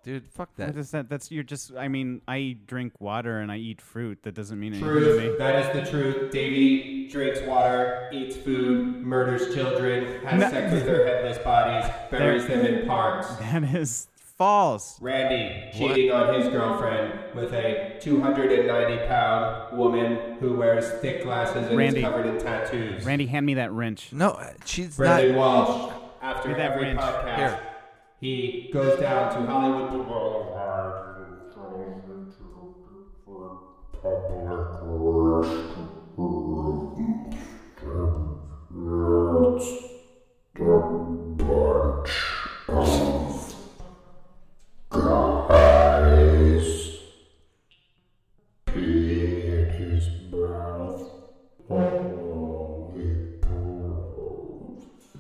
Dude, fuck
What
that.
is that? That's you're just. I mean, I drink water and I eat fruit. That doesn't mean anything to me.
Truth. That is the truth. Davy drinks water, eats food, murders children, has sex with their headless bodies, buries them in parks.
That is false.
Randy cheating on his girlfriend with a 290 pound woman who wears thick glasses and
Randy.
is covered in tattoos.
Randy, hand me that wrench.
No, uh, she's not.
Brendan Walsh, after
Give that
every
wrench.
podcast,
Here.
he goes down to Hollywood Boulevard.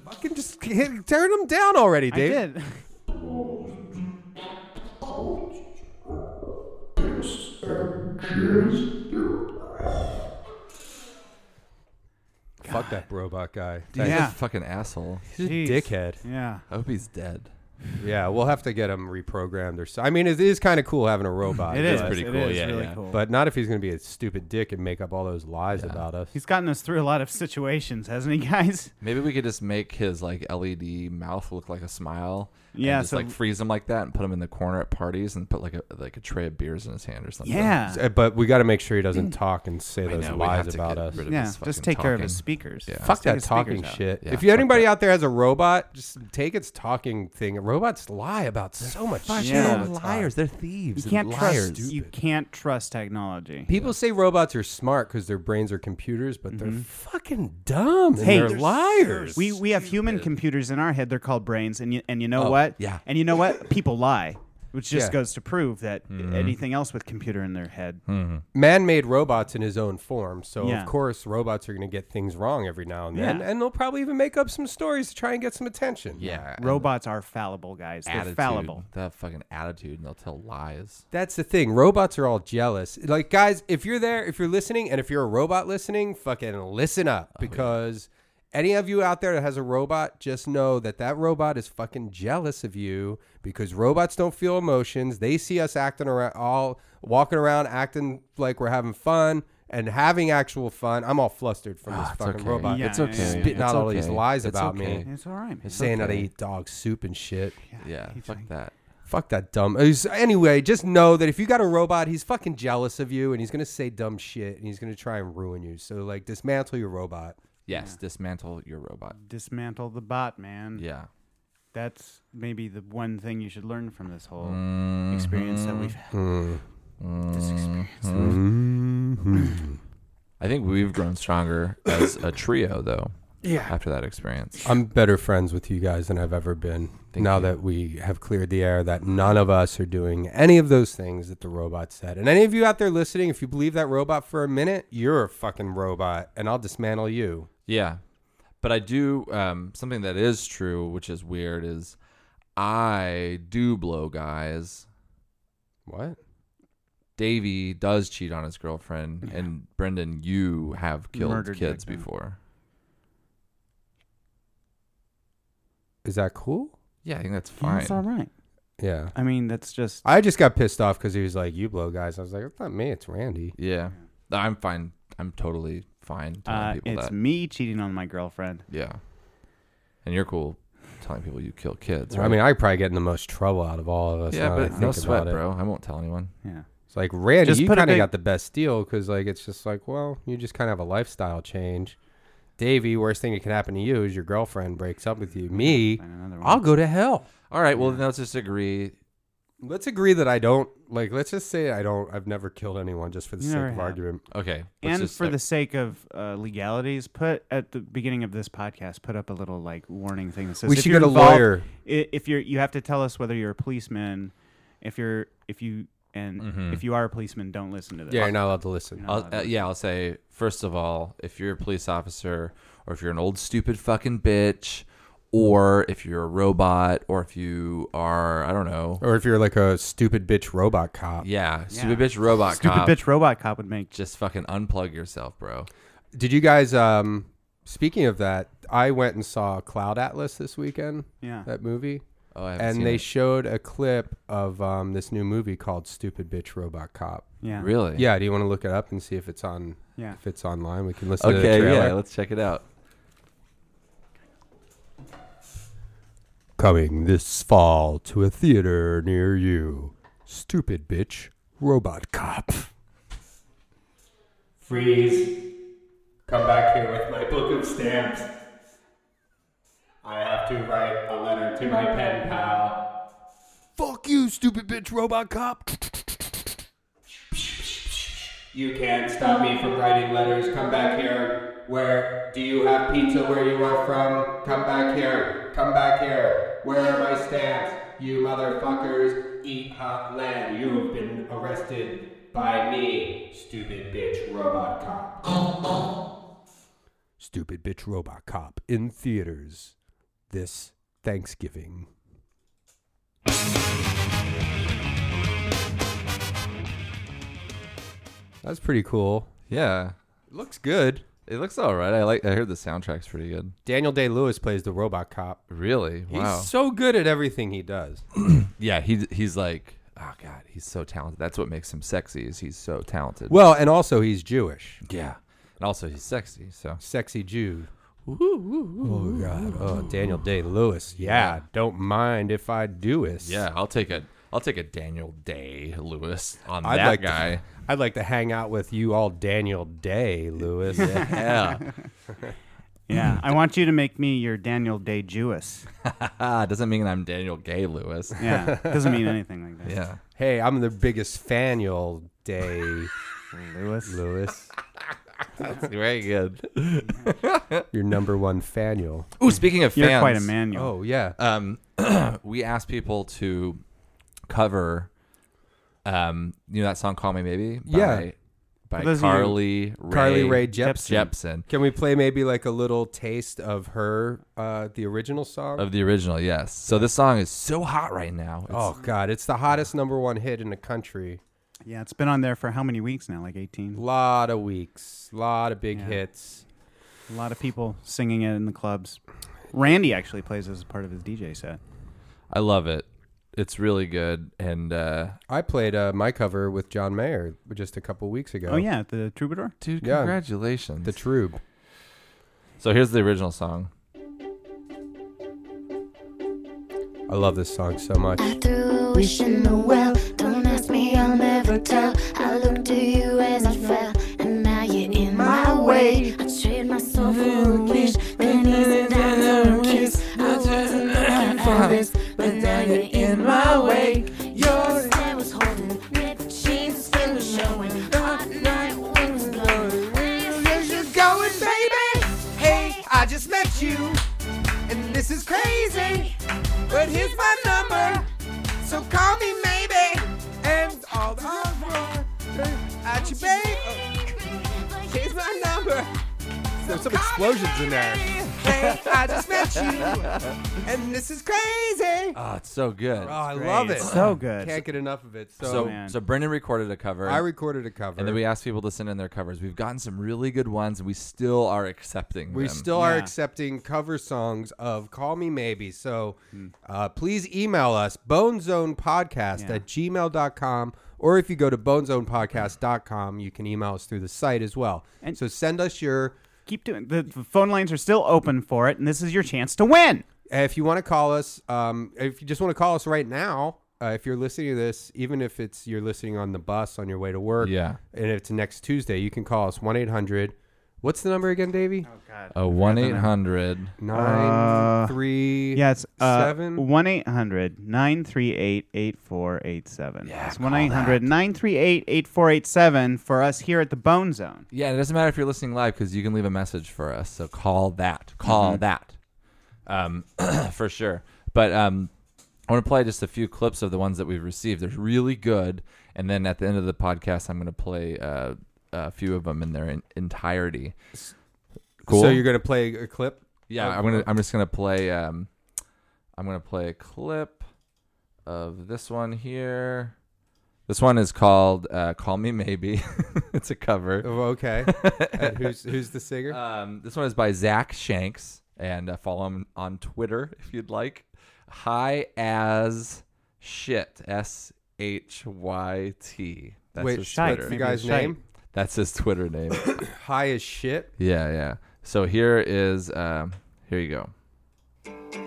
Fucking just hit, turn them down already,
I
Dave.
did.
Fuck that robot guy.
He's
Yeah.
a fucking asshole.
He's a
Jeez.
dickhead.
Yeah.
I hope he's dead.
Yeah, we'll have to get him reprogrammed or so. I mean, it is kind of cool having a robot.
It
but-
is
pretty
it
cool,
is
yeah,
really
yeah.
cool.
But not if he's going to be a stupid dick and make up all those lies about us.
He's gotten us through a lot of situations, hasn't he, guys?
Maybe we could just make his like LED mouth look like a smile. and
Yeah,
just
so-
like freeze him like that and put him in the corner at parties and put like a like a tray of beers in his hand or something.
Yeah.
Uh, but we got to make sure he doesn't talk and say
I
those
know, we have
lies
to
about
get
us.
rid of
Yeah.
his
Just
fucking
take care of his
talking.
speakers.
Yeah.
Fuck
Just take
that
his
talking
speakers out.
shit.
Yeah,
if you,
fuck
anybody out there has a robot, just take its talking thing. Robots lie about so much shit.
Yeah.
all the time.
liars. They're thieves.
You can't
and
trust.
liars.
You can't trust technology.
People say robots are smart because their brains are computers, but they're fucking dumb. and
Mm-hmm. Hey,
they're
They're
liars.
We we have human computers in our head. They're called brains, and you and you know
Oh,
what?
yeah.
And you know what? People lie, which just
Yeah.
goes to prove that
Hmm.
anything else with computer in their head.
man made robots in his own form. So,
Yeah.
of course, robots are going to get things wrong every now and then.
Yeah.
And they'll probably even make up some stories to try and get some attention.
Yeah. and
Robots are fallible, guys. They're
attitude.
fallible.
They have fucking attitude and they'll tell lies.
That's the thing. Robots are all jealous. Like, guys, if you're there, if you're listening, and if you're a robot listening, fucking listen up
Oh,
because any of you out there that has a robot, just know that that robot is fucking jealous of you because robots don't feel emotions. They see us acting around, all walking around, acting like we're having fun and having actual fun. I'm all flustered from this
Ah, it's
fucking
okay.
robot.
Yeah,
it's
yeah,
okay.
yeah, yeah.
Spitting out
It's
all these
okay.
lies
It's
about
okay.
me.
It's all right, man.
Saying that I
okay.
eat dog soup and shit.
Yeah. Fuck that.
Fuck that dumb. uh, s- Anyway, just know that if you got a robot, he's fucking jealous of you and he's going to say dumb shit and he's going to try and ruin you. So, like, dismantle your robot.
Yes. Dismantle your robot.
Dismantle the bot, man.
Yeah.
That's maybe the one thing you should learn from this whole
Mm-hmm.
experience that we've had. This experience.
I think we've grown stronger as a trio, though. Yeah. After that experience.
I'm better friends with you guys than I've ever been now that we have cleared the air that none of us are doing any of those things that the robot said. And any of you out there listening, if you believe that robot for a minute, you're a fucking robot and I'll dismantle you.
Yeah. But I do um, something that is true, which is weird, is I do blow guys.
What?
Davey does cheat on his girlfriend, and Brendan, you have killed
Murdered
kids
victim.
before.
Is that cool?
Yeah, I think that's fine.
That's all right.
Yeah.
I mean, that's just uh,
I just got pissed off because he was like, "You blow guys." I was like, "It's not me. It's Randy."
Yeah, I'm fine. I'm totally fine telling
uh,
people
it's
that.
me cheating on my girlfriend.
Yeah, and you're cool telling people you kill kids. Right?
I mean, I probably get in the most trouble out of all of us.
yeah,
now that I
but
think
no
about
sweat,
it.
bro. I won't tell anyone.
Yeah.
It's like Randy,
Just
you
put a
kind of
big-
got the best deal because like it's just like, well, you just kind of have a lifestyle change. Davey, worst thing that can happen to you is your girlfriend breaks up with you. Me,
Find another one.
I'll go to hell.
All right. Well, then let's just agree.
Let's agree that I don't like. Let's just say I don't. I've never killed anyone just for the
You
sake
never
of
have.
argument.
Okay. let's
and
just-
for the sake of uh, legalities, put at the beginning of this podcast, put up a little like warning thing that says
We
if
should
you're
get a
involved-
lawyer.
i- If you're, you have to tell us whether you're a policeman. If you're, if you, and
Mm-hmm.
if you are a policeman, don't listen to this.
Yeah, you're not allowed to listen.
I'll, uh, yeah, I'll say first of all, if you're a police officer, or if you're an old stupid fucking bitch, or if you're a robot, or if you are, I don't know,
Or if you're like a stupid bitch robot cop.
yeah, stupid
Yeah.
bitch robot
Stupid
cop,
bitch robot cop would make.
just fucking unplug yourself, bro.
Did you guys? um Speaking of that, I went and saw Cloud Atlas this weekend.
Yeah.
that movie.
Oh, I haven't
and
seen
they
it.
showed a clip of um, this new movie called "Stupid Bitch Robot Cop."
Yeah.
really,
Yeah, do you want to look it up and see if it's on?
Yeah.
if it's online, we can listen to the
Okay,
trailer.
yeah, let's check it out.
Coming this fall to a theater near you, "Stupid Bitch Robot Cop."
Freeze. Come back here with my book of stamps. I have to write a letter to my pen pal.
Fuck you, stupid bitch robot cop.
You can't stop me from writing letters. Come back here. Where do you have pizza where you are from? Come back here. Come back here. Where are my stamps? You motherfuckers eat hot lead. You have been arrested by me, stupid bitch robot cop.
Stupid bitch robot cop in theaters this Thanksgiving. That's pretty cool.
Yeah,
It looks good.
it looks all right. I like. I heard the soundtrack's pretty good.
Daniel Day Lewis plays the robot cop.
Really, wow.
He's so good at everything he does.
yeah, he he's like, oh god, he's so talented. That's what makes him sexy. Is he's so talented.
Well, and also he's Jewish.
yeah, and also he's sexy. So
Sexy Jew. Oh God! Oh, Daniel Day Lewis. Yeah, don't mind if I do it.
Yeah, I'll take a I'll take a Daniel Day Lewis on
I'd
that
like
guy.
To, I'd like to hang out with you all, Daniel Day Lewis.
yeah.
Yeah. I want you to make me your Daniel Day Jewess.
Ah, doesn't mean I'm Daniel Gay Lewis.
Yeah. Doesn't mean anything like that.
Yeah.
Hey, I'm the biggest fan, you'll Day
Lewis.
Lewis.
Very good.
Your number one fan, you'll.
Ooh, speaking of fans,
You're quite a manual.
Oh yeah.
Um, we asked people to cover, um, you know that song "Call Me Maybe" by,
Yeah.
by
those of you-
Carly Ray
Carly Rae Jepsen.
Jepsen
Can we play maybe like a little taste of her, uh, the original song?
of the original. Yes. So this song is so hot right now. It's,
oh God, it's the hottest number one hit in the country.
Yeah. It's been on there for how many weeks now? Like 18.
Lot of weeks, lot of big
Yeah.
hits.
A lot of people singing it in the clubs. Randy actually plays as part of his DJ set.
I love it. It's really good, and uh,
I played uh, my cover with John Mayer just a couple weeks ago.
Oh, yeah. at The Troubadour.
dude,
Yeah.
congratulations.
the Troob.
so here's the original song.
I love this song so much.
I threw a wish in the well. Don't ask me, I'll never tell. I looked to you as I fell, and now you're in my way. I trade my soul for a wish, then easy down to a kiss. I wasn't looking for this, but now you're in my way. Your stare was holding, ripped jeans, skin was showing. Hot night wind was blowing.
Where's you going, baby? Hey, I just met you, and this is crazy. But here's my number, so call me maybe. And all the more at you, babe. Oh, Here's my number.
There's some explosions in there.
Hey, Hey, I just met you, and this is crazy.
Oh, it's so good.
Oh, I love it.
So good.
Can't get enough of it. So,
So,
man.
so Brendan recorded a cover.
I recorded a cover.
And then we asked people to send in their covers. We've gotten some really good ones, and we still are accepting.
We
them.
still are
Yeah.
accepting cover songs of Call Me Maybe. So
Hmm.
uh, please email us, bonezonepodcast
Yeah.
at gmail.com. Or if you go to bonezonepodcast.com, you can email us through the site as well.
And-
so send us your.
Keep doing. The, the phone lines are still open for it, and this is your chance to win.
Uh, If you want to call us, um, if you just want to call us right now, uh, if you're listening to this, even if it's you're listening on the bus on your way to work,
Yeah.
and it's next Tuesday, you can call us 1 800. What's the number again, Davey?
a one eight hundred.
Nine
Uh,
three.
Yeah, it's uh,
Seven?
1 800 938 8487. It's 1 800 938 8487 for us here at the Bone Zone.
Yeah, and it doesn't matter if you're listening live because you can leave a message for us. So call that.
Mm-hmm.
Call that. Um, for sure. But um, I want to play just a few clips of the ones that we've received. They're really good. And then at the end of the podcast, I'm going to play uh, a few of them in their en- entirety. Cool.
So you're going to play a clip?
yeah, I'm gonna. I'm just gonna play. Um, I'm gonna play a clip of this one here. This one is called uh, "Call Me Maybe." it's a cover.
Oh, okay. and who's who's the singer?
Um, this one is by Zach Shanks, and uh, follow him on Twitter if you'd like. High as shit. S H Y T. That's
Wait,
his
shite.
Twitter.
the
maybe
guy's
it's Shite.
name?
That's his Twitter name.
High as shit.
yeah, yeah. So here is. Um, here you go.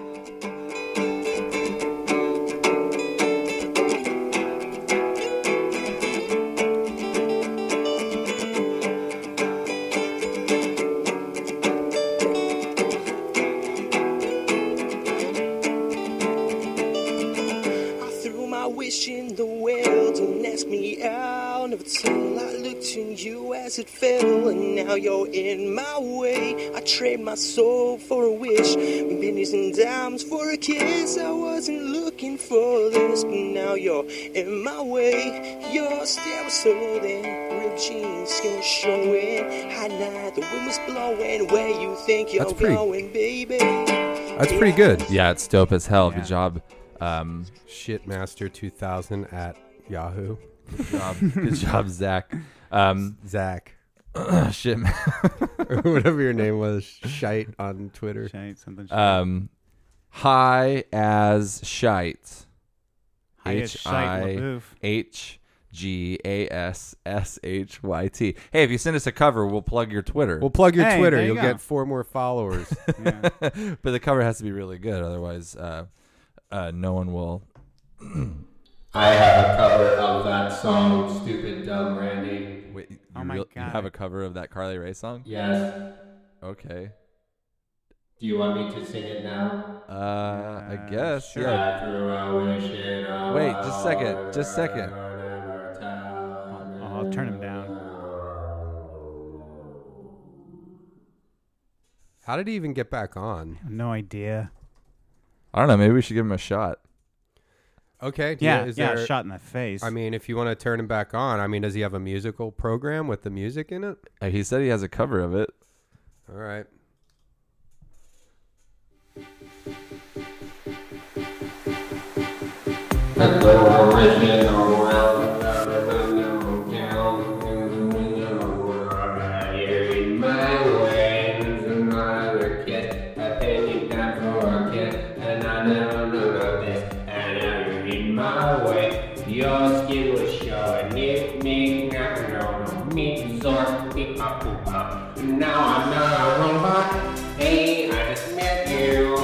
I threw my wish in the well. Don't ask me out of till I looked to you as it fell, and now you're in my way. I trade my soul for a wish, pennies and dimes for a kiss. I wasn't looking for this, but now you're in my way. You're still soothing, ripped jeans still showing. High night, the wind was blowing. Where you think you're
That's pretty-
going, baby?
That's pretty good.
Yeah, it's dope as hell.
Yeah.
Good job. Um,
Shitmaster2000 at Yahoo.
good job. good job, Zach. Um,
Zach.
shit.
or whatever your name was. Shite on Twitter.
Shite, something.
Um, high as shite.
High as shite, LaBeouf.
H G A S S H Y T. Hey, if you send us a cover, we'll plug your Twitter.
Well, plug your
Hey,
Twitter.
there you
You'll
go.
get four more followers.
yeah.
but the cover has to be really good, otherwise, uh, uh, no one will.
I have a cover of that song, Stupid Dumb Randy.
Wait, you
Oh my
real- You
God.
have a cover of that Carly Rae song?
Yes.
Okay.
Do you want me to sing it now?
Uh, I guess.
sure.
Yeah.
I threw a wish in a
Wait, just a second. Just a second.
Uh-huh, I'll turn him down.
How did he even get back on?
No idea.
I don't know. Maybe we should give him a shot.
Okay. do you-
Yeah, yeah,
is there-
shot in the face.
I mean, if you want to turn him back on, I mean, does he have a musical program with the music in it?
Uh, He said he has a cover of it.
All right.
Your skin was showing, nick, nick, nack, no, no, meat, zork, beep, pop, poop, pop. Now I'm not a robot. Hey, I just met you.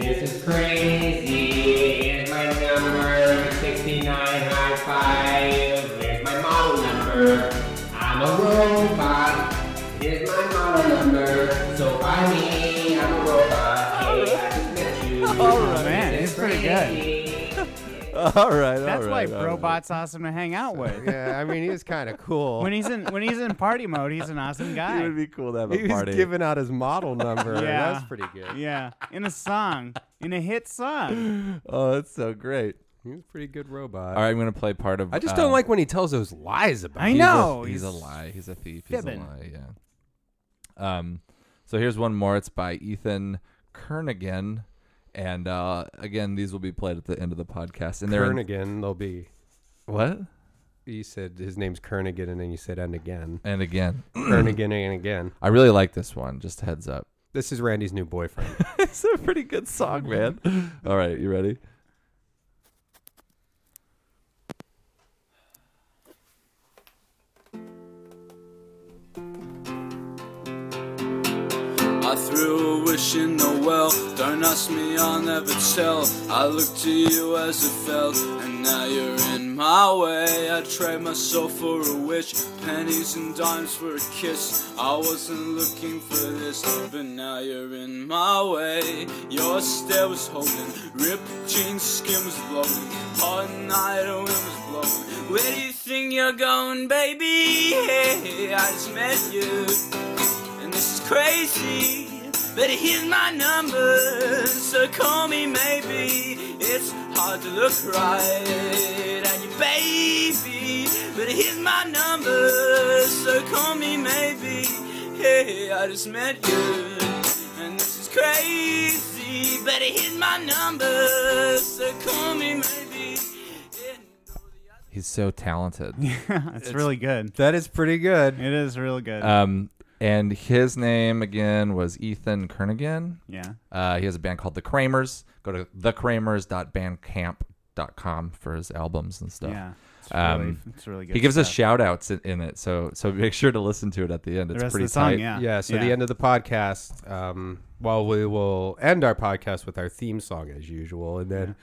This is crazy. Here's my number 69 high five. Here's my model number. I'm a robot. Here's my model number. So I mean, I'm a robot. Hey, I just met you.
oh, man, it's pretty good.
all right.
That's
all
why
right, all right.
Robot's awesome to hang out with.
Yeah, I mean, he was kind of cool.
When he's in when he's in party mode, he's an awesome
It would
guy.
be cool to have a
he was
party.
giving out his model number.
Yeah.
That's pretty good.
Yeah, in a song, in a hit song.
oh, that's so great.
He was a pretty good robot.
All right, I'm gonna play part of.
I just
um,
don't like when he tells those lies about.
I
He's a-
know.
he's, a lie. He's a thief.
fibbing.
He's a lie. Yeah. Um, So here's one more. It's by Ethan Kernigan. And uh, again, these will be played at the end of the podcast. And they're in-
Kernigan, they'll be.
What?
You said his name's Kernigan, and then you said and again.
And again.
Kernigan and again.
I really like this one. Just a heads up.
This is Randy's new boyfriend.
it's a pretty good song, man. All right, you ready?
I threw a wish in the well. Don't ask me, I'll never tell. I looked to you as it fell, and now you're in my way. I trade myself for a wish, pennies and dimes for a kiss. I wasn't looking for this, but now you're in my way. Your stare was holding, ripped jeans, skin was blowing, hot night wind was blowing. Where do you think you're going, baby? Hey, I just met you. And this is crazy, but here's my number, so call me maybe. It's hard to look right at you, baby, but here's my number, so call me maybe. Hey, I just met you, and this is crazy, but here's my number, so call me maybe.
He's so talented.
Yeah, it's, really good.
That is pretty good. Uh,
It is real good.
Um, and his name again was Ethan Kernigan.
Yeah.
Uh, he has a band called The Kramers. Go to thekramers.bandcamp.com for his albums and stuff.
Yeah. It's
Um,
really- it's really good
He gives us
stuff.
shout outs in, in it, so so make sure to listen to it at the end. It's
rest of
pretty
the song,
tight.
yeah.
Yeah, so the
Yeah.
end of the podcast, um, well, we will end our podcast with our theme song as usual, and then,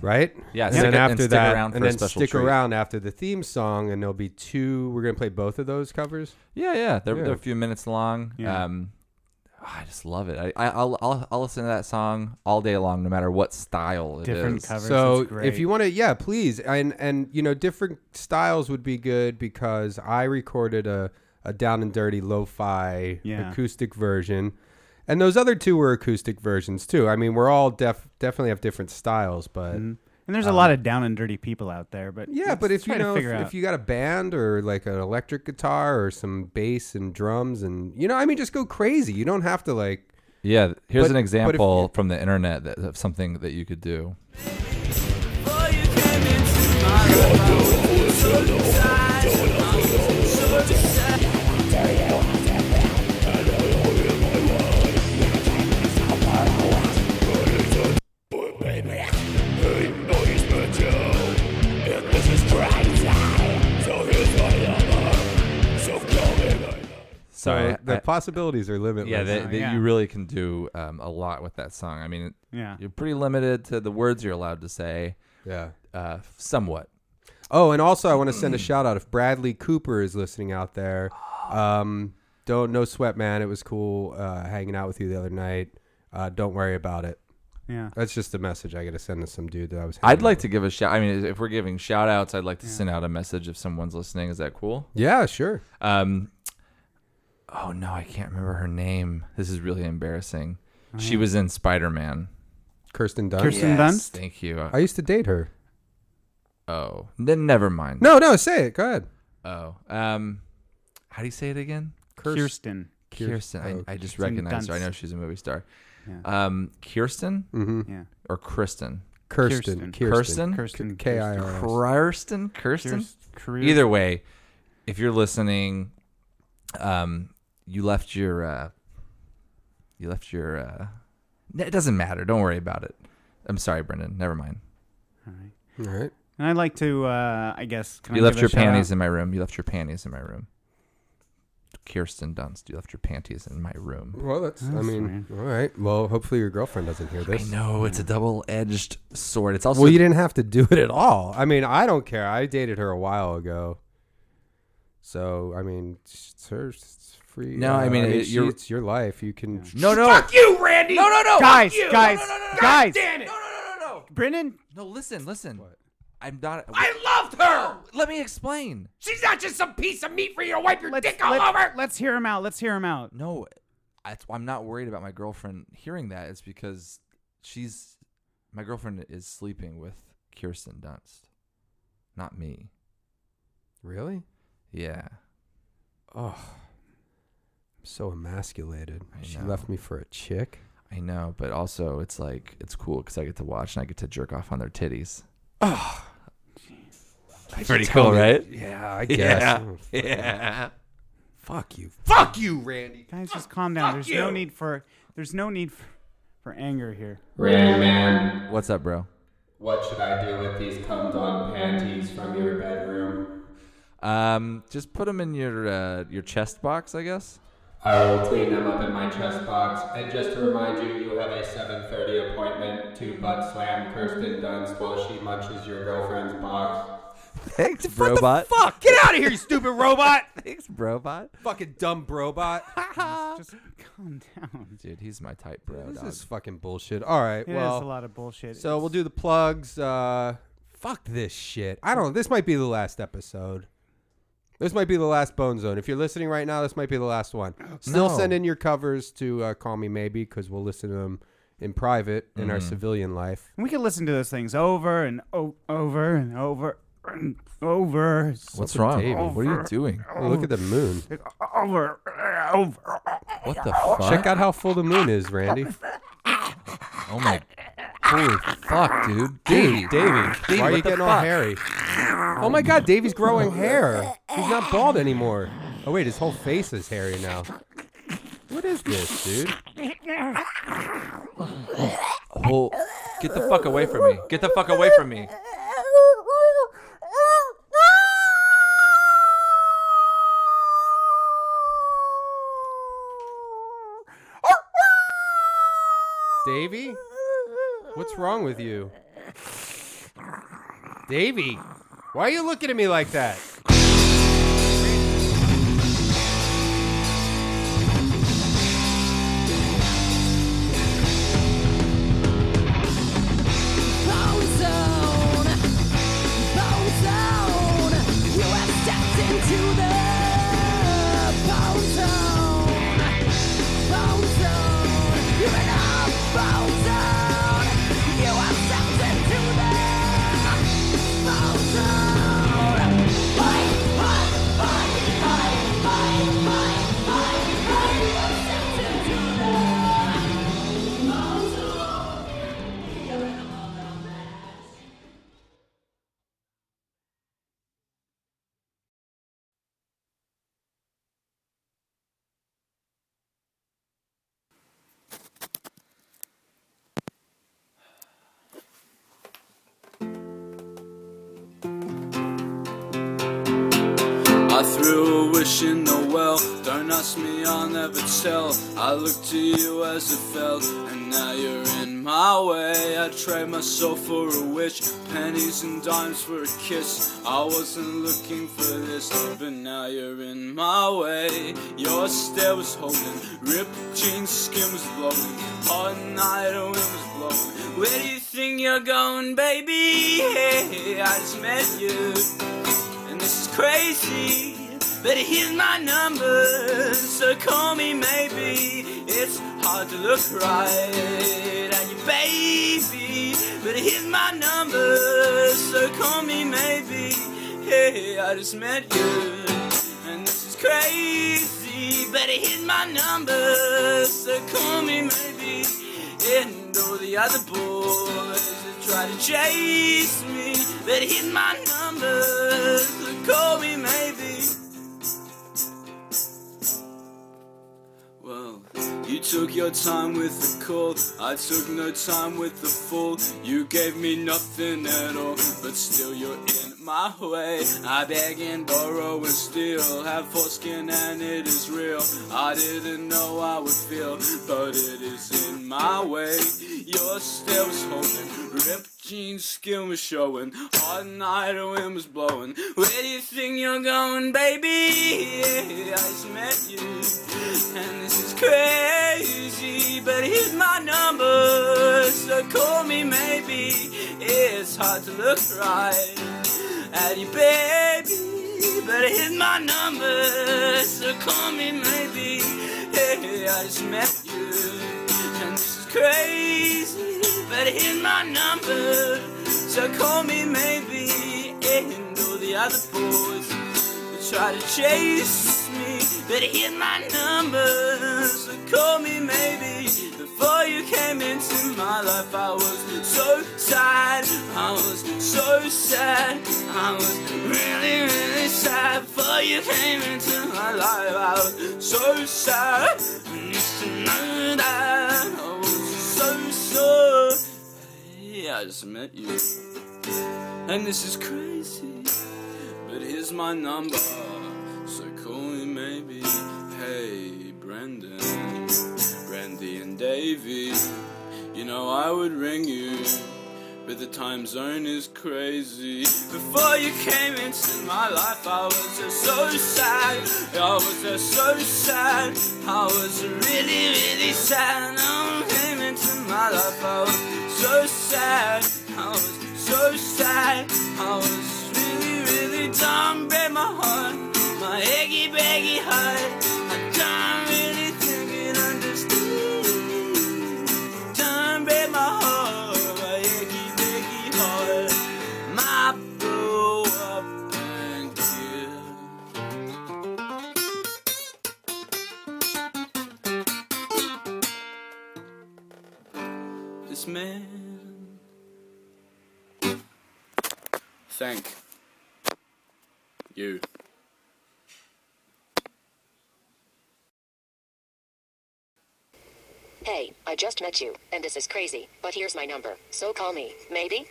right?
Yeah,
and
stick
then
it- and
after
stick
that,
around
and
for a
then
special
stick
treat.
around after the theme song, and there'll be two. We're gonna play both of those covers.
Yeah, yeah. They're,
Yeah.
they're a few minutes long.
Yeah.
Um, I just love it. I, I I'll, I'll I'll listen to that song all day long, no matter what style it is.
So if you want to, yeah, please. And and you know, different styles would be good because I recorded a a down and dirty lo-fi
Yeah.
acoustic version, and those other two were acoustic versions too. I mean, we're all def definitely have different styles, but.
And there's a lot of down and dirty people out there, but
um, Yeah,
let's
but if you
try to
know if,
figure out.
if you got a band or like an electric guitar or some bass and drums and you know, I mean, just go crazy. You don't have to like.
Yeah, th- here's
But-
an
but if
example from the internet that, of something that you could do. So
So
I-
the
I-
possibilities are limitless.
Yeah, that, that you really can do um, a lot with that song. I mean, it-
Yeah.
you're pretty limited to the words you're allowed to say.
Yeah,
uh, somewhat.
Oh, and also I want to send a shout out if Bradley Cooper is listening out there. Um, don't no sweat, man. It was cool uh, hanging out with you the other night. Uh, don't worry about it.
Yeah.
that's just a message I got to send to some dude that I was.
I'd like to give a shout. I mean, if we're giving shout outs, I'd like to send out a message if someone's listening. Is that cool?
Yeah, sure.
Um, oh no, I can't remember her name. This is really embarrassing.
Oh,
She was in Spider Man.
Kirsten Dunst.
Kirsten Dunst?
Thank you.
I used to date her.
Oh, then never mind.
No, no, say it. Go ahead.
Oh, um, how do you say it again?
Kirsten.
Kirsten. I-
Oh,
I, just
Kirsten
recognized her. I
Dunst.
know she's a movie star.
Yeah.
Um, Kirsten.
Mm-hmm.
Yeah.
Or Kristen.
Kirsten.
Kirsten.
Kirsten.
Kirsten.
K I R S.
Kirsten. Kirsten.
Kirst- Kirst-
Either way, if you're listening, um, you left your, uh, you left your. Uh, it doesn't matter. Don't worry about it. I'm sorry, Brendan. Never mind.
All right.
and I'd like to, uh, I guess, can I
you left
give a
your
shout
panties
out?
in my room. You left your panties in my room. Kirsten Dunst, you left your panties in my room.
Well, that's. I
That's
mean, all right. Well, hopefully your girlfriend doesn't hear this.
I know it's a double-edged sword. It's also
well, you didn't have to do it at all. I mean, I don't care. I dated her a while ago, so I mean, it's her it's free.
No, I mean, it-
she-
you're-
it's your life. You can.
No, no.
Fuck you, Randy.
No, no, no.
Guys,
Fuck you.
guys,
No, no, no, no, no.
guys.
God
damn it.
Brennan.
No, listen, listen. I'm not.
I loved her.
Let me explain.
She's not just some piece of meat for you to wipe your dick all
Let-
over.
Let's hear him out. Let's hear him out.
No, I, I'm not worried about my girlfriend hearing that. It's because she's my girlfriend is sleeping with Kirsten Dunst, not me.
Really?
Yeah.
Oh, So emasculated.
I
She
know.
left me for a chick.
I know, but also it's like it's cool because I get to watch and I get to jerk off on their titties.
I should
Pretty
tell
cool,
you-
right?
Yeah, I
Yeah.
guess. Oh, fuck.
Yeah.
Fuck you.
Fuck you, Randy. Guys, just calm down.
fuck
There's no
you.
need for there's no need for, for anger here.
Randy, man.
What's up, bro?
What should I do with these cummed on panties from your bedroom?
Um, just put them in your uh, your chest box, I guess.
I will clean them up in my chest box. And just to remind you, you have a 7:30 appointment to butt slam Kirsten Dunst while she munches your girlfriend's box.
Thanks, robot.
Fuck! Get out of here, you stupid robot!
Thanks, robot.
Fucking dumb robot.
Just calm down.
Dude, he's my type, bro.
This
dog.
is fucking bullshit. All right,
It is
well,
a lot of bullshit.
So we'll do the plugs. Uh, fuck this shit. I don't. This might be the last episode. This might be the last Bone Zone. If you're listening right now, this might be the last one. Still
No.
send in your covers to uh, Call Me Maybe because we'll listen to them in private in our
Mhm.
civilian life.
And we can listen to those things over and o- over and over and over.
What's wrong?
Over,
What are you doing?
Oh, look at the moon.
Over, over.
What the fuck?
Check out how full the moon is, Randy.
Oh my. Holy fuck, dude.
Davey, Davey,
Dude, Davey,
why are
what
you
the
getting all
fuck?
hairy? Oh my God, Davey's growing hair. He's not bald anymore. Oh wait, his whole face is hairy now. What is this, dude?
Oh, get the fuck away from me. Get the fuck away from me.
Davy? What's wrong with you? Davy, why are you looking at me like that?
I threw a wish in the well. Don't ask me, I'll never tell. I looked to you as it fell, and now you're in my way. I trade myself for a wish, pennies and dimes for a kiss. I wasn't looking for this, but now you're in my way. Your stare was holding, ripped jeans, skin was blowing, hot night wind was blowing. Where do you think you're going, baby? Hey, I just met you. And this is crazy, but here's my number, so call me maybe. It's hard to look right at your baby, but here's my number, so call me maybe. Hey, I just met you, and this is crazy, but here's my number, so call me maybe. And all the other boys that try to chase me, but hit my numbers, so call me maybe. Well, you took your time with the call, I took no time with the fall. You gave me nothing at all, but still you're in my way. I beg and borrow and steal, have foreskin and it is real. I didn't know I would feel, but it is in my way. Your stare was holding, ripped jeans, skin was showing, hot night wind was blowing. Where do you think you're going, baby? Yeah, I just met you, and this is crazy, but here's my number, so call me maybe. It's hard to look right at your baby. But here's my number, so call me maybe. Hey, I just met you, and this is crazy. But here's my number, so call me maybe. And all the other boys that try to chase me. Better hit my numbers, or call me maybe. Before you came into my life, I was so sad. I was so sad. I was really, really sad. Before you came into my life, I was so sad. I used to know that I was so so. Yeah, I just met you, and this is crazy. But here's my number, so call me maybe. Hey, Brendan, Brandy, and Davy. You know I would ring you, but the time zone is crazy. Before you came into my life, I was just so sad. I was just so sad. I was really, really sad. No one came into my life, I was so sad. I was so sad. I was really, really dumb. Break my heart, my eggy, baggy heart. I don't really think it understands. Don't break my heart, my eggy, baggy heart. My blow up and kill. this man. Thank you.
Hey, I just met you, and this is crazy, but here's my number, so call me, maybe?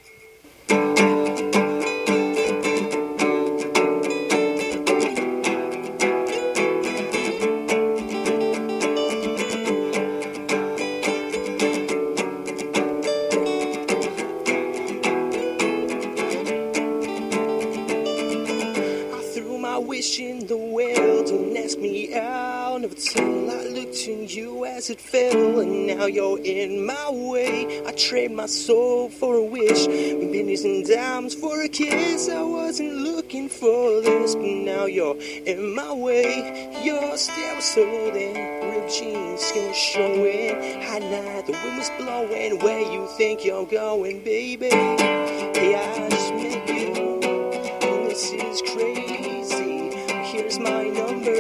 threw my wish in the well. Don't ask me out of till I looked in you as it fell, and now you're in my way. I trade my soul for a wish, pennies and dimes for a kiss. I wasn't looking for this, but now you're in my way. You're still holding ripped jeans, skin showing. High night, the wind was blowing. Where you think you're going, baby? Yeah, I just met you. "Oh, This is crazy. Here's my number.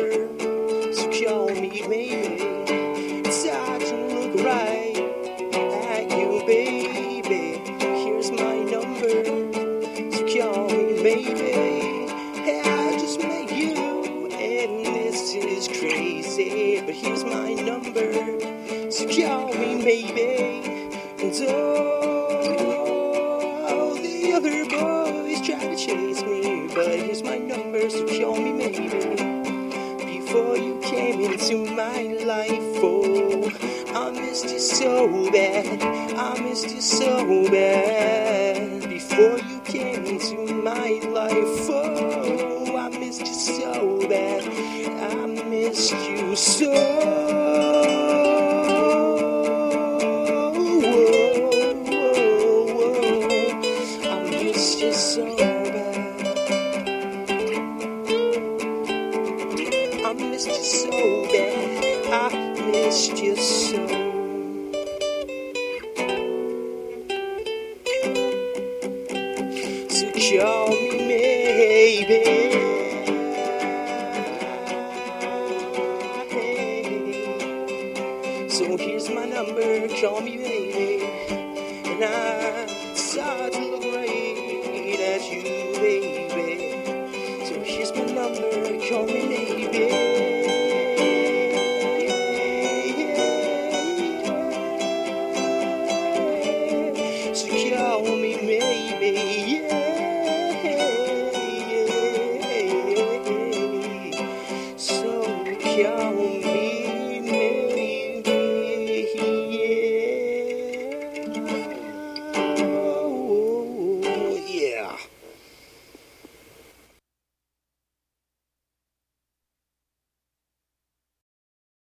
So call me, maybe. It's hard to look right at you, baby. Here's my number. So call me, baby. Hey, I just met you, and this is crazy. But here's my number. So call me, maybe. And all the other boys try to chase me, but here's my number, so call me maybe. Before you came into my life, oh, I missed you so bad, I missed you so bad. Before you came into my life, oh, I missed you so bad, I missed you so. I miss you so bad. I missed you so bad. I missed you so. So call me maybe. So here's my number, call me baby. And I start to look right at you, baby. So here's my number, call me baby. So call me maybe, yeah.